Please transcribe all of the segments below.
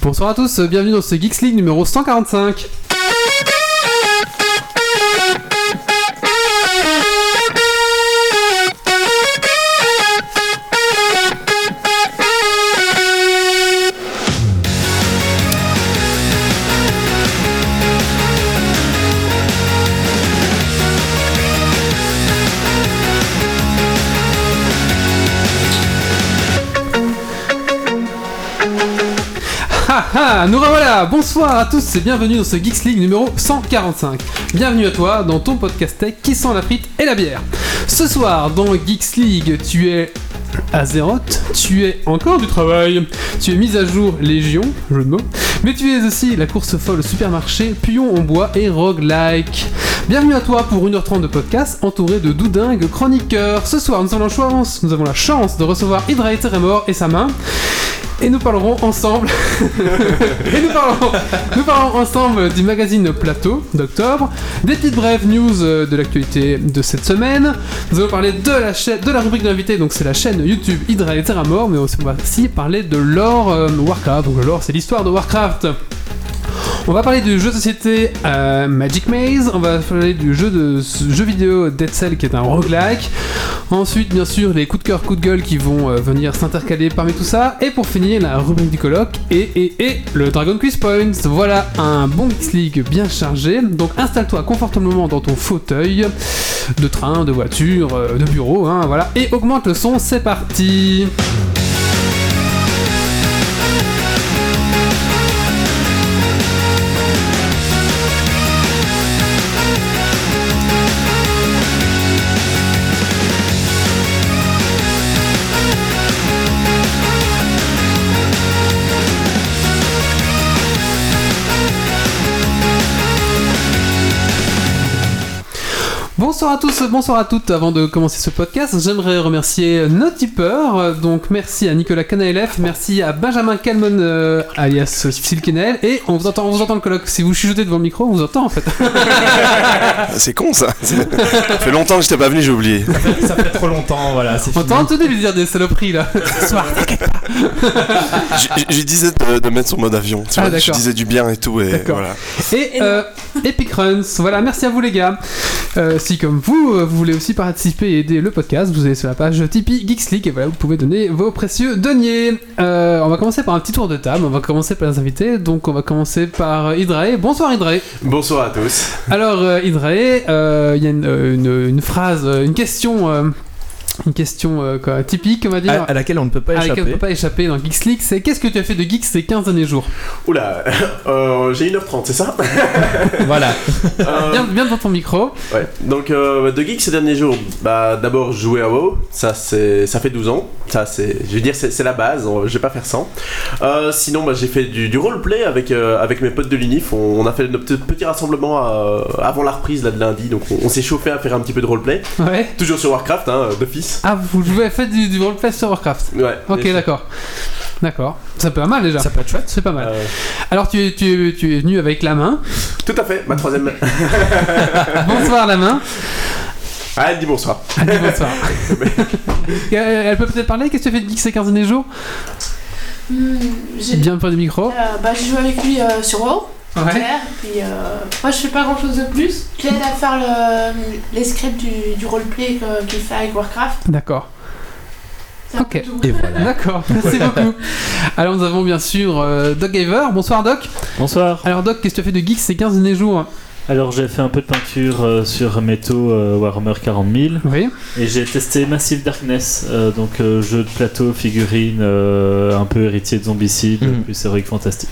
Bonsoir à tous, euh, bienvenue dans ce Geeks League numéro 145. Ah ah, nous revoilà Bonsoir à tous et bienvenue dans ce Geeks League numéro 145. Bienvenue à toi dans ton podcast tech qui sent la frite et la bière. Ce soir, dans Geeks League, tu es Azeroth, tu es encore du travail, tu es mise à jour Légion, jeu de mots, mais tu es aussi la course folle au supermarché, pion en bois et roguelike. Bienvenue à toi pour 1h30 de podcast entouré de doudingues chroniqueurs. Ce soir, nous avons la chance, nous avons la chance de recevoir Hydra et Terremor et sa main. Et nous parlerons ensemble. et nous parlerons, nous parlerons ensemble du magazine Plateau d'octobre, des petites brèves news euh, de l'actualité de cette semaine. Nous allons parler de la chaîne, de la rubrique d'invités, donc c'est la chaîne YouTube Hydra et Terra Mort, mais aussi, on va aussi parler de l'or Warcraft. Donc le lore, c'est l'histoire de Warcraft. On va parler du jeu de société euh, Magic Maze, on va parler du jeu de ce jeu vidéo Dead Cell qui est un roguelike. Ensuite, bien sûr, les coups de cœur, coups de gueule qui vont euh, venir s'intercaler parmi tout ça. Et pour finir, la rubrique du colloque et, et, et le Dragon Quiz Points. Voilà un bon Geeks League bien chargé. Donc installe-toi confortablement dans ton fauteuil de train, de voiture, euh, de bureau, hein, voilà. Et augmente le son, c'est parti. Bonsoir à tous, bonsoir à toutes. Avant de commencer ce podcast, j'aimerais remercier nos tipeurs. Euh, Donc merci à Nicolas Canaelef, merci à Benjamin Calmon euh, alias Silkenel. Et on vous entend, on vous entend le colloque. Si vous chuchotez devant le micro, on vous entend en fait. Ah, C'est con ça. ça fait longtemps que j'étais pas venu, j'ai oublié. Ça fait trop longtemps, voilà, c'est On fini. tente de lui dire des saloperies là. Je, je- je lui disais de, de mettre son mode avion. Tu Ah, vois, je d'accord. disais du bien et tout et D'accord. voilà. Et euh, Epic Runs, voilà, merci à vous les gars. Euh, si comme vous, euh, vous voulez aussi participer et aider le podcast, vous allez sur la page Tipeee Geeks League et voilà, vous pouvez donner vos précieux deniers. Euh, on va commencer par un petit tour de table, on va commencer par les invités, donc on va commencer par Hydrae. Bonsoir Hydrae. Bonsoir à tous. Alors euh, Hydrae, euh, il y a une, euh, une- une phrase, euh, une question, euh, une question euh, quoi, typique on va dire. À, à laquelle on ne peut pas à laquelle on échapper. peut pas échapper dans Geeks League, c'est qu'est-ce que tu as fait de Geeks ces 15 derniers jours Oula, euh, j'ai 1h30, c'est ça Voilà. Euh, Bien, bien devant ton micro. ouais. Donc, euh, de geek ces derniers jours, bah, d'abord jouer à WoW, ça, c'est, ça fait 12 ans. Ça, c'est, je veux dire, c'est, c'est la base, on- je vais pas faire sans. Euh, sinon, bah, j'ai fait du, du roleplay avec, euh, avec mes potes de l'UNIF. On, on a fait notre petit- petit rassemblement euh, avant la reprise là, de lundi, donc on, on s'est chauffé à faire un petit peu de roleplay. Ouais. Toujours sur Warcraft, hein, d'office. Ah, vous jouez, faites du, du roleplay sur Warcraft. Ouais. Ok, Et- d'accord. D'accord. Ça peut pas mal déjà. Ça peut être chouette. C'est pas mal. euh, Alors, tu es, tu, es, tu es venu avec la main. tout à fait, ma troisième. Bonsoir, la main. Ah, elle dit bonsoir. Elle dit bonsoir. Euh, Elle peut peut-être parler Qu'est-ce que tu as fait de geek ces 15 derniers jours Hmm, j'ai- Bien près du micro. Euh, bah, j'ai joué avec lui euh, sur WoW, Ouais. Claire, puis euh, moi je fais pas grand chose de plus. Je l'aide à faire le- les scripts du, du roleplay que- qu'il fait avec Warcraft. D'accord. C'est un peu Ok. tout. Et voilà. D'accord. Merci beaucoup. Alors, nous avons bien sûr euh, Doc Gaver. Bonsoir, Doc. Bonsoir. Alors, Doc, qu'est-ce que tu as fait de geek ces 15 derniers jours Alors j'ai fait un peu de peinture euh, sur métaux euh, Warhammer 40 000 Oui. et j'ai testé Massive Darkness, euh, donc euh, jeu de plateau, figurine, euh, un peu héritier de zombicide, Mhm. plus héroïque fantastique.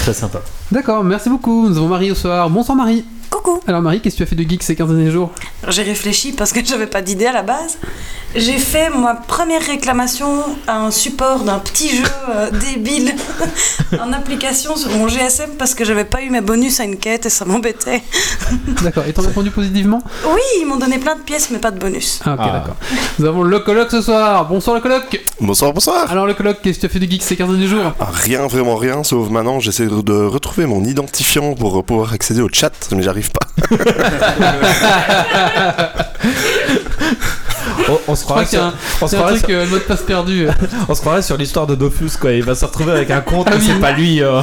Très sympa. D'accord, merci beaucoup. Nous avons Marie au soir. Bonsoir, Marie. Coucou Alors, Marie, qu'est-ce que tu as fait de geek ces 15 derniers jours J'ai réfléchi parce que j'avais pas d'idée à la base. J'ai fait ma première réclamation à un support d'un petit jeu euh, débile en application sur mon GSM parce que j'avais pas eu mes bonus à une quête et ça m'embêtait. D'accord. Et t'en as répondu positivement Oui, ils m'ont donné plein de pièces mais pas de bonus. Ah, ok, Ah. d'accord. Nous avons le colloque ce soir. Bonsoir, le colloque. Bonsoir, bonsoir. Alors, le colloque, qu'est-ce que tu as fait de geek ces 15 derniers jours Ah, Rien, vraiment rien, sauf maintenant j'essaie de de retrouver mon identifiant pour euh, pouvoir accéder au chat, mais j'arrive pas. Oh, On, on se crois croirait qu'il y sur, a un- on se C'est un croirait truc, sur- euh, le mot de passe perdu. on se croirait sur l'histoire de Dofus, quoi. Il va se retrouver avec un compte, Ah mais oui. c'est pas lui. euh.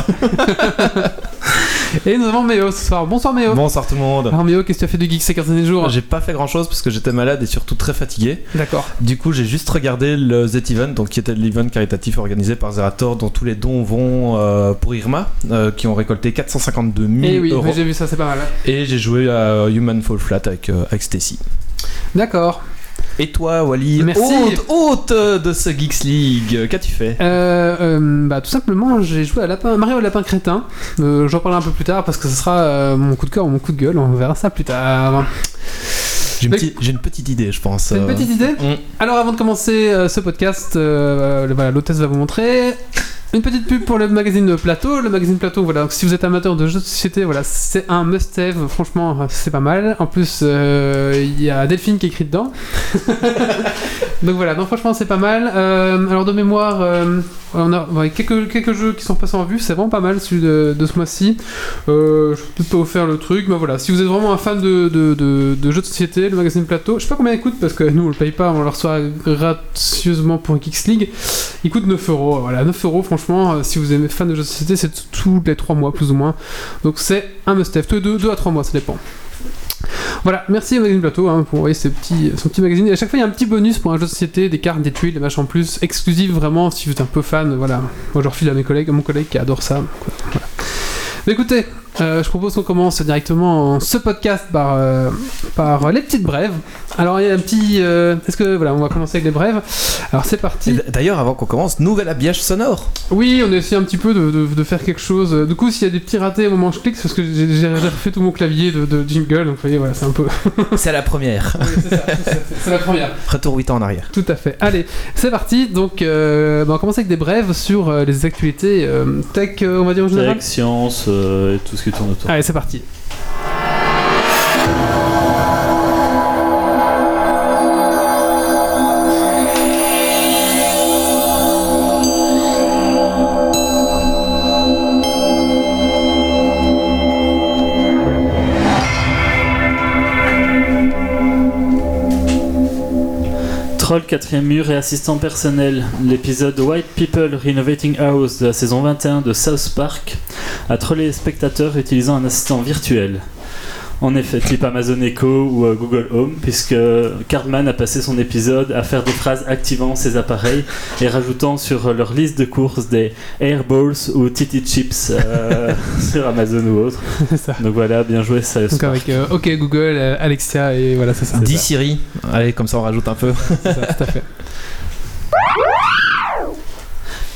Et nous avons Méo ce soir. Bonsoir Méo. Bonsoir tout le monde. Alors Méo, qu'est-ce que tu as fait du geek ces 15 derniers jours J'ai pas fait grand chose parce que j'étais malade et surtout très fatigué. D'accord. Du coup, j'ai juste regardé le Z-Event, donc qui était l'event caritatif organisé par Zerator, dont tous les dons vont euh, pour Irma, euh, qui ont récolté 452 000 Et Eh oui, euros. oui, j'ai vu ça, c'est pas mal. Et j'ai joué à Human Fall Flat avec, euh, avec Stacy. D'accord. Et toi, Wally, Merci. hôte, hôte de ce Geeks League, qu'as-tu fait Euh, euh, bah, tout simplement, j'ai joué à Lapin, Mario Lapin Crétin. Euh, J'en parlerai un peu plus tard parce que ce sera euh, mon coup de cœur ou mon coup de gueule. On verra ça plus tard. J'ai une, Mais- petite- j'ai une petite idée, je pense. C'est une euh. petite idée Mm. Alors, avant de commencer euh, ce podcast, euh, voilà, l'hôtesse va vous montrer. Une petite pub pour le magazine Plateau. Le magazine Plateau, voilà, si vous êtes amateur de jeux de société, voilà, c'est un must-have. Franchement, euh, c'est pas mal. En plus, euh, il y a Delphine qui écrit dedans. Donc voilà, non, franchement, c'est pas mal. Euh, alors, de mémoire, euh, on a ouais, quelques, quelques jeux qui sont passés en vue. C'est vraiment pas mal celui de, de ce mois-ci. Euh, je peux peut-être pas vous faire le truc, mais voilà. Si vous êtes vraiment un fan de, de, de- de jeux de société, le magazine Plateau, je sais pas combien il coûte parce que nous on le paye pas, on le reçoit gracieusement pour Geeks League. Il coûte 9 euros. Voilà, 9 euros, franchement, euh, si vous êtes fan de jeux de société, c'est t- tous les 3 mois plus ou moins. Donc c'est un must-have. Tous les 2, à 3 mois, ça dépend. Voilà, merci au magazine Plateau hein, pour envoyer ce petit, son petit magazine. Et à chaque fois, il y a un petit bonus pour un jeu de société, des cartes, des tuiles, des machins en plus, exclusif vraiment si vous êtes un peu fan. Voilà, moi je refile à mes collègues, à mon collègue qui adore ça. quoi. Voilà. Mais écoutez, euh, je propose qu'on commence directement ce podcast par, euh, par euh, les petites brèves. Alors il y a un petit... euh, Est-ce que... Voilà, on va commencer avec les brèves. Alors c'est Et parti. d- D'ailleurs, avant qu'on commence, nouvel habillage sonore. Oui, on a essayé un petit peu de, de- de faire quelque chose. Du coup, s'il y a des petits ratés au moment où je clique, c'est parce que j'ai j'ai refait tout mon clavier de, de jingle. Donc vous voyez, voilà, c'est un peu... C'est la première. c'est la première. Retour 8 ans en arrière. Tout à fait. Allez, c'est parti. Donc, euh, bah, on commence avec des brèves sur euh, les actualités euh, tech, euh, on va dire en général. Tech, science, euh, et tout ce qui tourne autour. Allez, c'est parti. Troll 4 mur et assistant personnel. L'épisode White People Renovating House de la saison 21 de South Park a trollé les spectateurs utilisant un assistant virtuel. En effet, type Amazon Echo ou euh, Google Home, puisque Cardman a passé son épisode à faire des phrases activant ses appareils et rajoutant sur euh, leur liste de courses des Airballs ou Titi Chips euh, sur Amazon ou autre. C'est ça. Donc voilà, bien joué South Donc, Park. avec euh, OK Google, euh, Alexia, et voilà, c'est ça. Dis Siri. Allez, comme ça on rajoute un peu. C'est ça, tout à fait.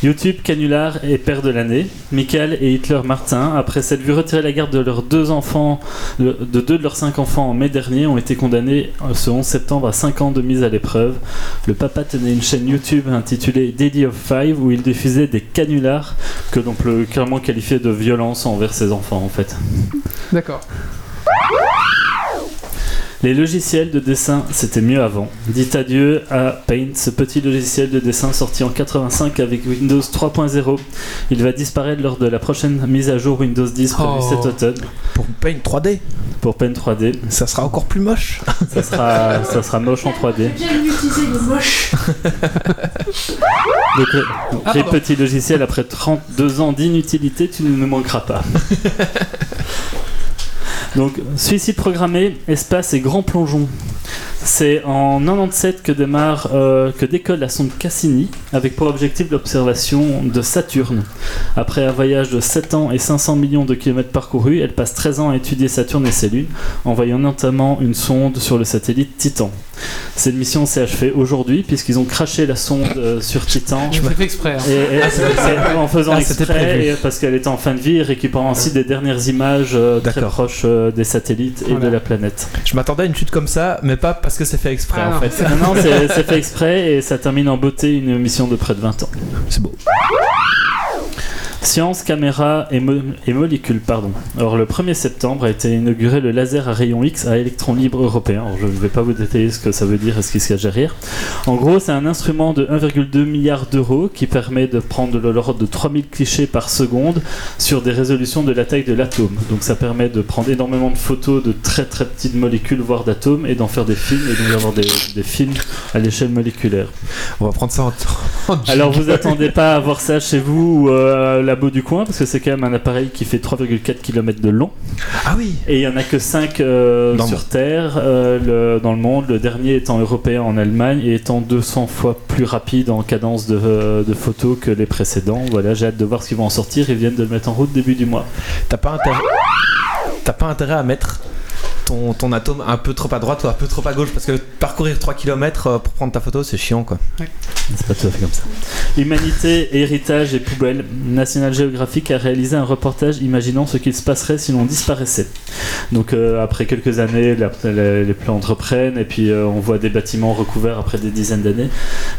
YouTube, Canular et Père de l'année. Michael et Hitler Martin, après s'être vu retirer la garde de leurs deux enfants, de de deux de leurs cinq enfants en mai dernier, ont été condamnés euh, ce 11 septembre à 5 ans de mise à l'épreuve. Le papa tenait une chaîne YouTube intitulée Daily of Five où il diffusait des canulars que l'on peut clairement qualifier de violence envers ses enfants en fait. D'accord. Les logiciels de dessin, c'était mieux avant. Dites adieu à Paint, ce petit logiciel de dessin sorti en 85 avec Windows 3.0. Il va disparaître lors de la prochaine mise à jour Windows 10 prévue Oh. cet automne Pour Paint 3D, pour Paint 3D. ça sera encore plus moche. Ça sera, ça sera moche en 3D. J'ai déjà utilisé le moche. Donc, euh, Ah, les pardon. petits logiciels, après 32 ans d'inutilité, tu ne nous manqueras pas. Donc, suicide programmé, espace et grand plongeon. C'est en 97 que démarre, euh, que décolle la sonde Cassini, avec pour objectif l'observation de Saturne. Après un voyage de 7 ans et 500 millions de kilomètres parcourus, elle passe 13 ans à étudier Saturne et ses lunes, envoyant notamment une sonde sur le satellite Titan. Cette mission s'est achevée aujourd'hui, puisqu'ils ont craché la sonde euh, sur Titan. Je l'ai fait exprès. hein. Et, et c'est en faisant Ah, c'était prévu. exprès, et parce qu'elle était en fin de vie, et récupérant ainsi des dernières images euh, très D'accord. proches euh, des satellites et Voilà. de la planète. Je m'attendais à une chute comme ça, mais pas parce que c'est fait exprès Ah, en non. fait. Non, non, c'est c'est fait exprès et ça termine en beauté une mission de près de 20 ans. C'est beau. Science, caméra et, mo- et molécules, pardon. Alors, le 1er septembre a été inauguré le laser à rayon X à électrons libres européen. Alors, je ne vais pas vous détailler ce que ça veut dire et ce qui se cache derrière. En gros, c'est un instrument de 1,2 milliard d'euros qui permet de prendre de l'ordre de 3000 clichés par seconde sur des résolutions de la taille de l'atome. Donc, ça permet de prendre énormément de photos de très très petites molécules, voire d'atomes, et d'en faire des films, et donc d'avoir des- des films à l'échelle moléculaire. On va prendre ça en en Alors vous attendez pas à avoir ça chez vous ou euh, au labo du coin parce que c'est quand même un appareil qui fait 3,4 km de long Ah oui et il y en a que 5 Dans le sur Terre euh, le- dans le monde, le dernier étant européen en Allemagne et étant 200 fois plus rapide en cadence de, euh, de photos que les précédents. Voilà, j'ai hâte de voir ce qu'ils vont en sortir, ils viennent de le mettre en route début du mois. T'as pas intérêt. T'as pas intérêt à mettre ton, ton atome un peu trop à droite ou un peu trop à gauche parce que parcourir 3 km pour prendre ta photo c'est chiant quoi. C'est pas tout à fait comme ça. Humanité, héritage et poubelle. National Geographic a réalisé un reportage imaginant ce qu'il se passerait si l'on disparaissait. Donc euh, après quelques années, la- la- les plantes reprennent et puis euh, on voit des bâtiments recouverts après des dizaines d'années.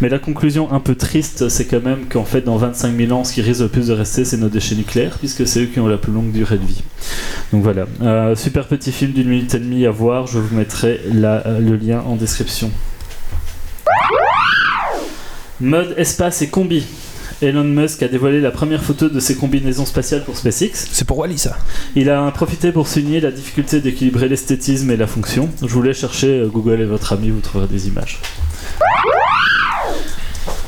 Mais la conclusion un peu triste, c'est quand même qu'en fait dans 25 000 ans, ce qui risque le plus de rester, c'est nos déchets nucléaires, puisque c'est eux qui ont la plus longue durée de vie. Donc voilà. Euh, super petit film d'une minute et demie à voir, je vous mettrai la- le lien en description. Mode espace et combi. Elon Musk a dévoilé la première photo de ses combinaisons spatiales pour SpaceX. C'est pour Wally ça. Il a en profité pour souligner la difficulté d'équilibrer l'esthétisme et la fonction. Je voulais chercher euh, Google et votre ami, vous trouverez des images.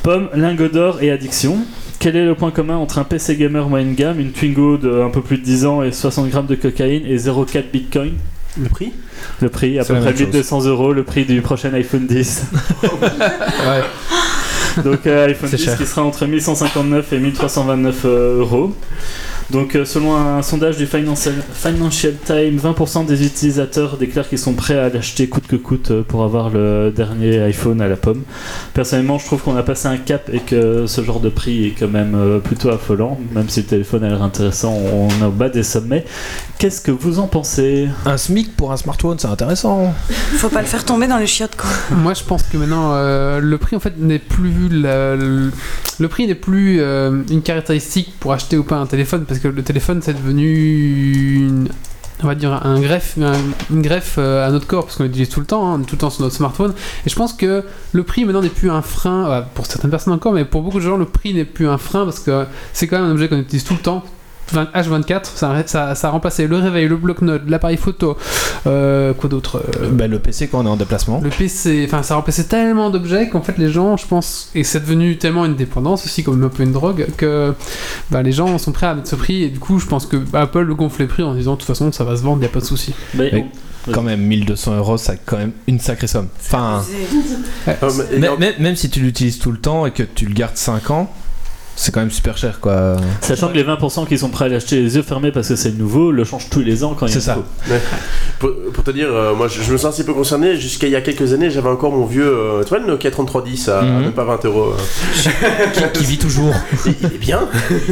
Pomme, lingot d'or et addiction. Quel est le point commun entre un PC gamer moyenne gamme, une Twingo de un peu plus de 10 ans et 60 grammes de cocaïne et 0,4 Bitcoin Le prix Le prix, à C'est peu la près même chose. 1200 euros, le prix du prochain iPhone 10. Ouais. Donc euh, iPhone C'est 10 cher. qui sera entre 1159 et 1329 euh, euros. Donc euh, selon un sondage du Financial, Financial Times, 20% des utilisateurs déclarent qu'ils sont prêts à l'acheter coûte que coûte euh, pour avoir le dernier iPhone à la pomme. Personnellement, je trouve qu'on a passé un cap et que ce genre de prix est quand même euh, plutôt affolant. Même si le téléphone a l'air intéressant, on est au bas des sommets. Qu'est-ce que vous en pensez Un SMIC pour un smartphone c'est Euh, intéressant. Faut pas le faire tomber dans les chiottes, quoi. Moi, je pense que maintenant, euh, le prix en fait n'est plus la- le, le prix n'est plus euh, une caractéristique pour acheter ou pas un téléphone parce que le téléphone c'est devenu une- on va dire un greffe, un- une greffe euh, à notre corps parce qu'on l'utilise tout le temps, hein, on est tout le temps sur notre smartphone. Et je pense que le prix maintenant n'est plus un frein euh, pour certaines personnes encore, mais pour beaucoup de gens le prix n'est plus un frein parce que c'est quand même un objet qu'on utilise tout le temps. 20 H24, ça, ça, ça a remplacé le réveil, le bloc-notes, l'appareil photo, euh, quoi d'autre euh, Ben, le PC quand on est en déplacement. le PC, enfin, ça remplaçait tellement d'objets qu'en fait, les gens, je pense, et c'est devenu tellement une dépendance aussi, comme un peu une drogue, que bah, les gens sont prêts à mettre ce prix. Et du coup, je pense que Apple gonfle les prix en disant, de toute façon, ça va se vendre, y a pas de souci. Mais- Mais- Quand même 1200 euros ça quand même une sacrée somme. Enfin. Euh, Mais- mais- même si tu l'utilises tout le temps et que tu le gardes 5 ans, c'est quand même super cher quoi. Sachant que les 20% qui sont prêts à l'acheter les yeux fermés parce que c'est nouveau, le changent tous les ans quand il y a C'est une ça. photo. Pour, pour te dire, euh, moi je, je me sens un petit peu concerné. Jusqu'à il y a quelques années, j'avais encore mon vieux. Euh, tu vois le Nokia 3310 à, à Mhm. même pas 20 euros. euh. Qui, qui vit toujours. Il, il est bien.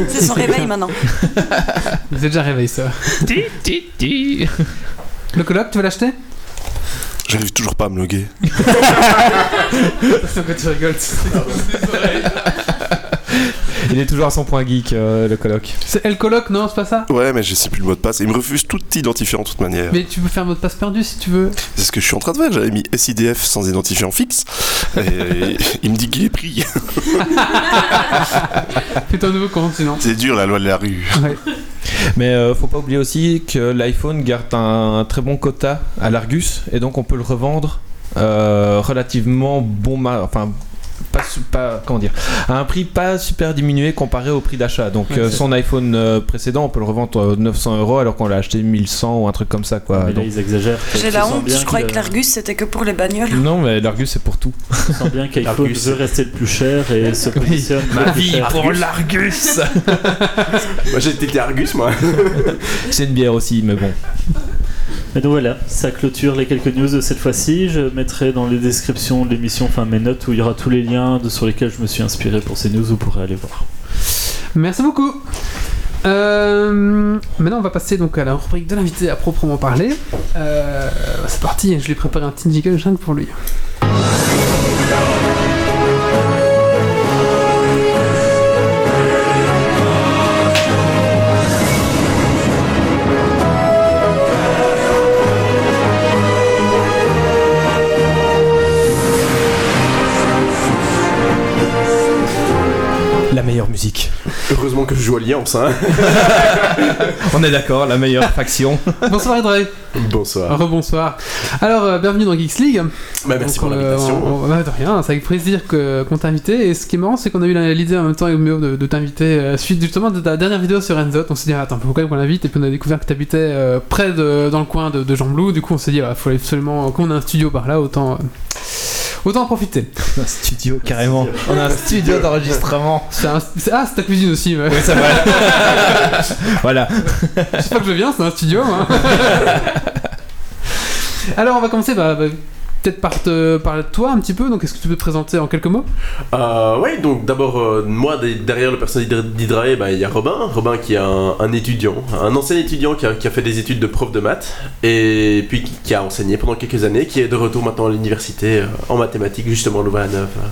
C'est son réveil maintenant. Vous êtes déjà réveillé, ça. Le coloc, tu veux l'acheter J'arrive toujours pas à me loguer. C'est que tu rigoles. Il est toujours à son point geek euh, le coloc. C'est elle coloc, non, c'est pas ça Ouais, mais je sais plus le mot de passe. Il me refuse tout identifiant de toute manière. Mais tu peux faire un mot de passe perdu si tu veux. C'est ce que je suis en train de faire. J'avais mis SIDF sans identifiant fixe. Et il me dit qu'il est pris. Fais ton nouveau compte sinon. C'est dur la loi de la rue. Mais euh, faut pas oublier aussi que l'iPhone garde un, un très bon quota à l'Argus et donc on peut le revendre euh, relativement bon, ma- enfin pas, su- pas comment dire, à un prix pas super diminué comparé au prix d'achat. Donc Ouais, euh, c'est son iPhone euh, précédent, on peut le revendre euh, 900 euros alors qu'on l'a acheté 1100 ou un truc comme ça quoi. Ah, Mais là, Donc- ils exagèrent. J'ai Tu la sens honte, bien je croyais que qu'il a- l'Argus c'était que pour les bagnoles. non mais l'Argus c'est pour tout. Tu sens bien qu'iPhone Argus. veut rester le plus cher et se positionne. le plus cher. l'Argus. moi j'étais Argus, moi. c'est une bière aussi mais bon. Et donc voilà, ça clôture les quelques news de cette fois-ci. Je mettrai dans les descriptions de l'émission, enfin mes notes, où il y aura tous les liens de- sur lesquels je me suis inspiré pour ces news, vous pourrez aller voir. Merci beaucoup. Euh, maintenant, on va passer donc à la rubrique de l'invité à proprement parler. Euh, c'est parti, je lui ai préparé un petit jingle rien que pour lui. Heureusement que je joue Alliance, hein. On est d'accord, la meilleure faction. Bonsoir Edrey. Bonsoir. Rebonsoir. Alors, euh, bienvenue dans Geeks League. Bah, merci Donc, pour euh, l'invitation. on- on- bah, de rien, c'est avec plaisir que- qu'on t'a invité. Et ce qui est marrant, c'est qu'on a eu la- l'idée en même temps avec Méo de, de t'inviter euh, suite justement de ta dernière vidéo sur Enzo. On s'est dit, attends, pourquoi qu'on l'invite Et puis on a découvert que t'habitais euh, près de, dans le coin de, de Jean Blou. Du coup, on s'est dit, il faut absolument qu'on a un studio par là, autant. euh, Autant en profiter. un studio, carrément. On a un studio d'enregistrement. C'est un- c'est- ah, c'est ta cuisine aussi. ouais. Oui, ça va. voilà. Chaque fois que je viens, c'est un studio. hein. Alors, on va commencer bah, bah, peut-être par, te- par toi un petit peu. Donc, est-ce que tu peux te présenter en quelques mots Euh, ouais, donc d'abord, euh, moi, des- derrière le personnage d'Hydra- d'Hydrae, bah, il y a Robin. Robin qui est un, un étudiant, un ancien étudiant qui a, qui a fait des études de prof de maths, et puis qui, qui a enseigné pendant quelques années, qui est de retour maintenant à l'université euh, en mathématiques, justement, à Louvain-la-Neuve. hein.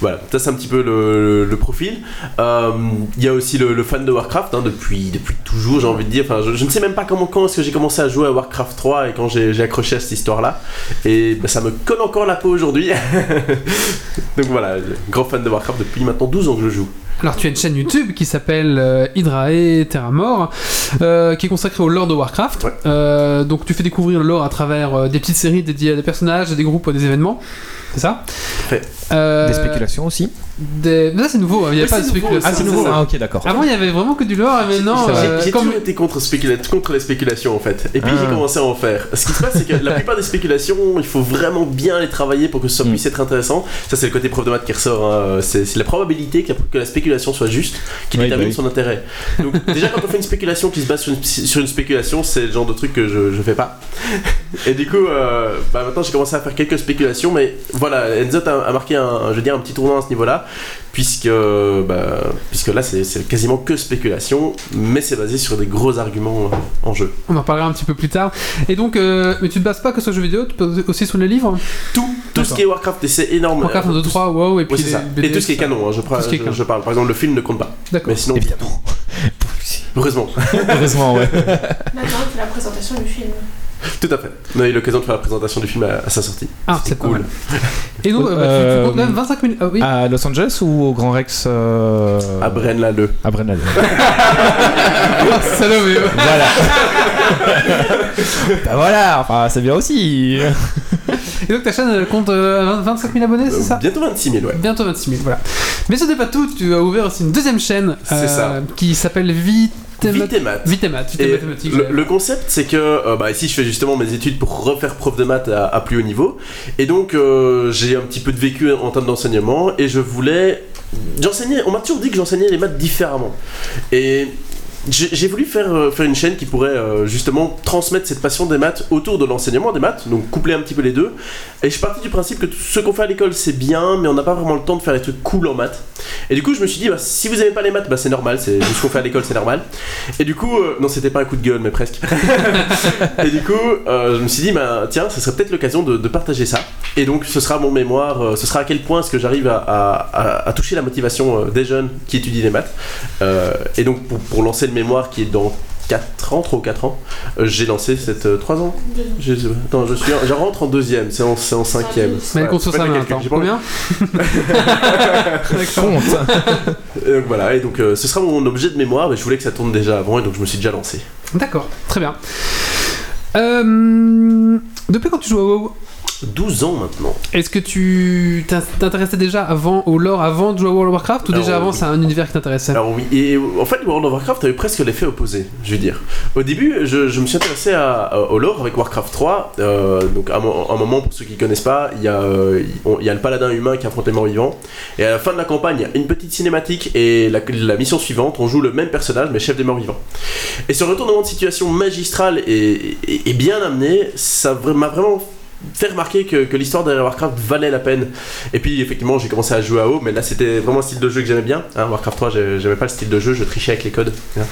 Voilà, ça c'est un petit peu le, le- le profil. Euh, Il y a aussi le, le fan de Warcraft, hein, depuis, depuis toujours, j'ai envie de dire. Enfin, je, je ne sais même pas comment, quand est-ce que j'ai commencé à jouer à Warcraft 3 et quand j'ai j'ai accroché à cette histoire-là. Et bah, ça me colle encore la peau aujourd'hui. Donc voilà, grand fan de Warcraft depuis maintenant 12 ans que je joue. Alors tu as une chaîne YouTube qui s'appelle euh, Hydrae Terra Mort, euh, qui est consacrée au lore de Warcraft. Ouais. Euh, donc tu fais découvrir le lore à travers euh, des petites séries dédiées à des personnages, à des groupes, à des événements. C'est ça Fait. Euh, Des spéculations aussi. des- Mais là c'est nouveau, hein, il n'y a Oui, pas de c'est nouveau, spéculation. Ah, c'est nouveau. Ah, ok, d'accord. Avant il y avait vraiment que du lore, et maintenant J'ai- euh, j'ai comme- toujours été contre, spécula- contre les spéculations en fait. Et puis Ah. j'ai commencé à en faire. Ce qui se passe, c'est que la plupart des spéculations, il faut vraiment bien les travailler pour que ça Mm. puisse être intéressant. Ça, c'est le côté prof de maths qui ressort. hein. C'est c'est la probabilité que la, que la spéculation soit juste qui Oui, détermine bah oui. son intérêt. Donc, déjà, quand on fait une spéculation qui se base sur une, sur une spéculation, c'est le genre de truc que je, je fais pas. Et du coup, euh, bah, maintenant, j'ai commencé à faire quelques spéculations, mais voilà, Enzo a, a marqué un, un- je veux dire, un petit tournant à ce niveau-là puisque, bah, puisque là c'est c'est quasiment que spéculation, mais c'est basé sur des gros arguments euh, en jeu. on en parlera un petit peu plus tard. Et donc, euh, mais tu te bases pas que sur les jeux vidéo, tu te bases aussi sur les livres Tout, tout ce D'accord. qui est Warcraft, et c'est énorme. Warcraft Euh, 1, 2, tout- 3, wow, et Ouais, puis c'est les ça. BD, et tout ce qui est canon, hein, je, prends- Tout ce qui est je- canon. je parle. Par exemple, le film ne compte pas. D'accord. Mais sinon, Évidemment. heureusement. Heureusement, ouais. Maintenant, on fait la présentation du film. Tout à fait. On a eu l'occasion de faire la présentation du film à, à sa sortie. Ah, c'est C'était cool. cool. Et donc, euh, bah, tu- tu, Euh, comptes même 25 minutes. Ah oui. À Los Angeles ou au Grand Rex euh, À Bren Laleu. À Brennan. Ah, salaud, mais- voilà. bah voilà, enfin, c'est bien aussi. Et donc ta chaîne elle compte euh, 20 25 000 abonnés, c'est Euh, ça Bientôt 26 000, ouais. Bientôt 26 000, voilà. Mais ce n'est pas tout, tu as ouvert aussi une deuxième chaîne euh, C'est ça. qui s'appelle Vitemat. Vitemat. Vitemat, Vitemat Et Mathématiques, le, j'avais- le concept, c'est que euh, bah, ici, je fais justement mes études pour refaire prof de maths à, à plus haut niveau. Et donc, euh, j'ai un petit peu de vécu en termes d'enseignement. Et je voulais. J'enseignais. On m'a toujours dit que j'enseignais les maths différemment. Et. J'ai j'ai voulu faire, euh, faire une chaîne qui pourrait euh, justement transmettre cette passion des maths autour de l'enseignement des maths, donc coupler un petit peu les deux. Et je suis parti du principe que tout ce qu'on fait à l'école c'est bien, mais on n'a pas vraiment le temps de faire des trucs cool en maths. Et du coup, je me suis dit, bah, si vous n'aimez pas les maths, bah, c'est normal, c'est tout ce qu'on fait à l'école, c'est normal. Et du coup, euh, non, c'était pas un coup de gueule, mais presque. et du coup, euh, je me suis dit, bah, tiens, ça serait peut-être l'occasion de, de partager ça. Et donc, ce sera mon mémoire, euh, ce sera à quel point est-ce que j'arrive à, à- à- à toucher la motivation euh, des jeunes qui étudient les maths. Euh, et donc, pour, pour lancer le mémoire qui est dans 4 ans, 3 ou 4 ans, euh, j'ai lancé cette. 3 ans je, sais pas. Attends, je, suis, je rentre en deuxième, c'est en, c'est en cinquième. Mais elle Voilà, compte sur faites ça le maintenant. calcul, j'ai pas envie- Combien D'accord. Compte. Et donc voilà, et donc euh, ce sera mon objet de mémoire, mais je voulais que ça tourne déjà avant, et donc je me suis déjà lancé. D'accord, très bien. Euh, depuis quand tu joues à WoW 12 ans maintenant. Est-ce que tu t'in- t'intéressais déjà avant au lore avant de jouer à World of Warcraft ou déjà Alors, avant oui. c'est un univers qui t'intéressait Alors oui, et en fait World of Warcraft a eu presque l'effet opposé, je veux dire. Au début, je, je me suis intéressé à, à- au lore avec Warcraft 3. euh, donc à un, mo- un moment, pour ceux qui connaissent pas, il y, a, euh, il- on- il y a le paladin humain qui affronte les morts vivants. Et à la fin de la campagne, il y a une petite cinématique et la, la mission suivante, on joue le même personnage mais chef des morts vivants. Et ce retournement de situation magistral et, et- et bien amené, ça vra- m'a vraiment fait remarquer que, que l'histoire derrière Warcraft valait la peine. Et puis effectivement, j'ai commencé à jouer à haut, mais là c'était vraiment un style de jeu que j'aimais bien. hein. Warcraft 3, j'ai- j'aimais pas le style de jeu, je trichais avec les codes. hein.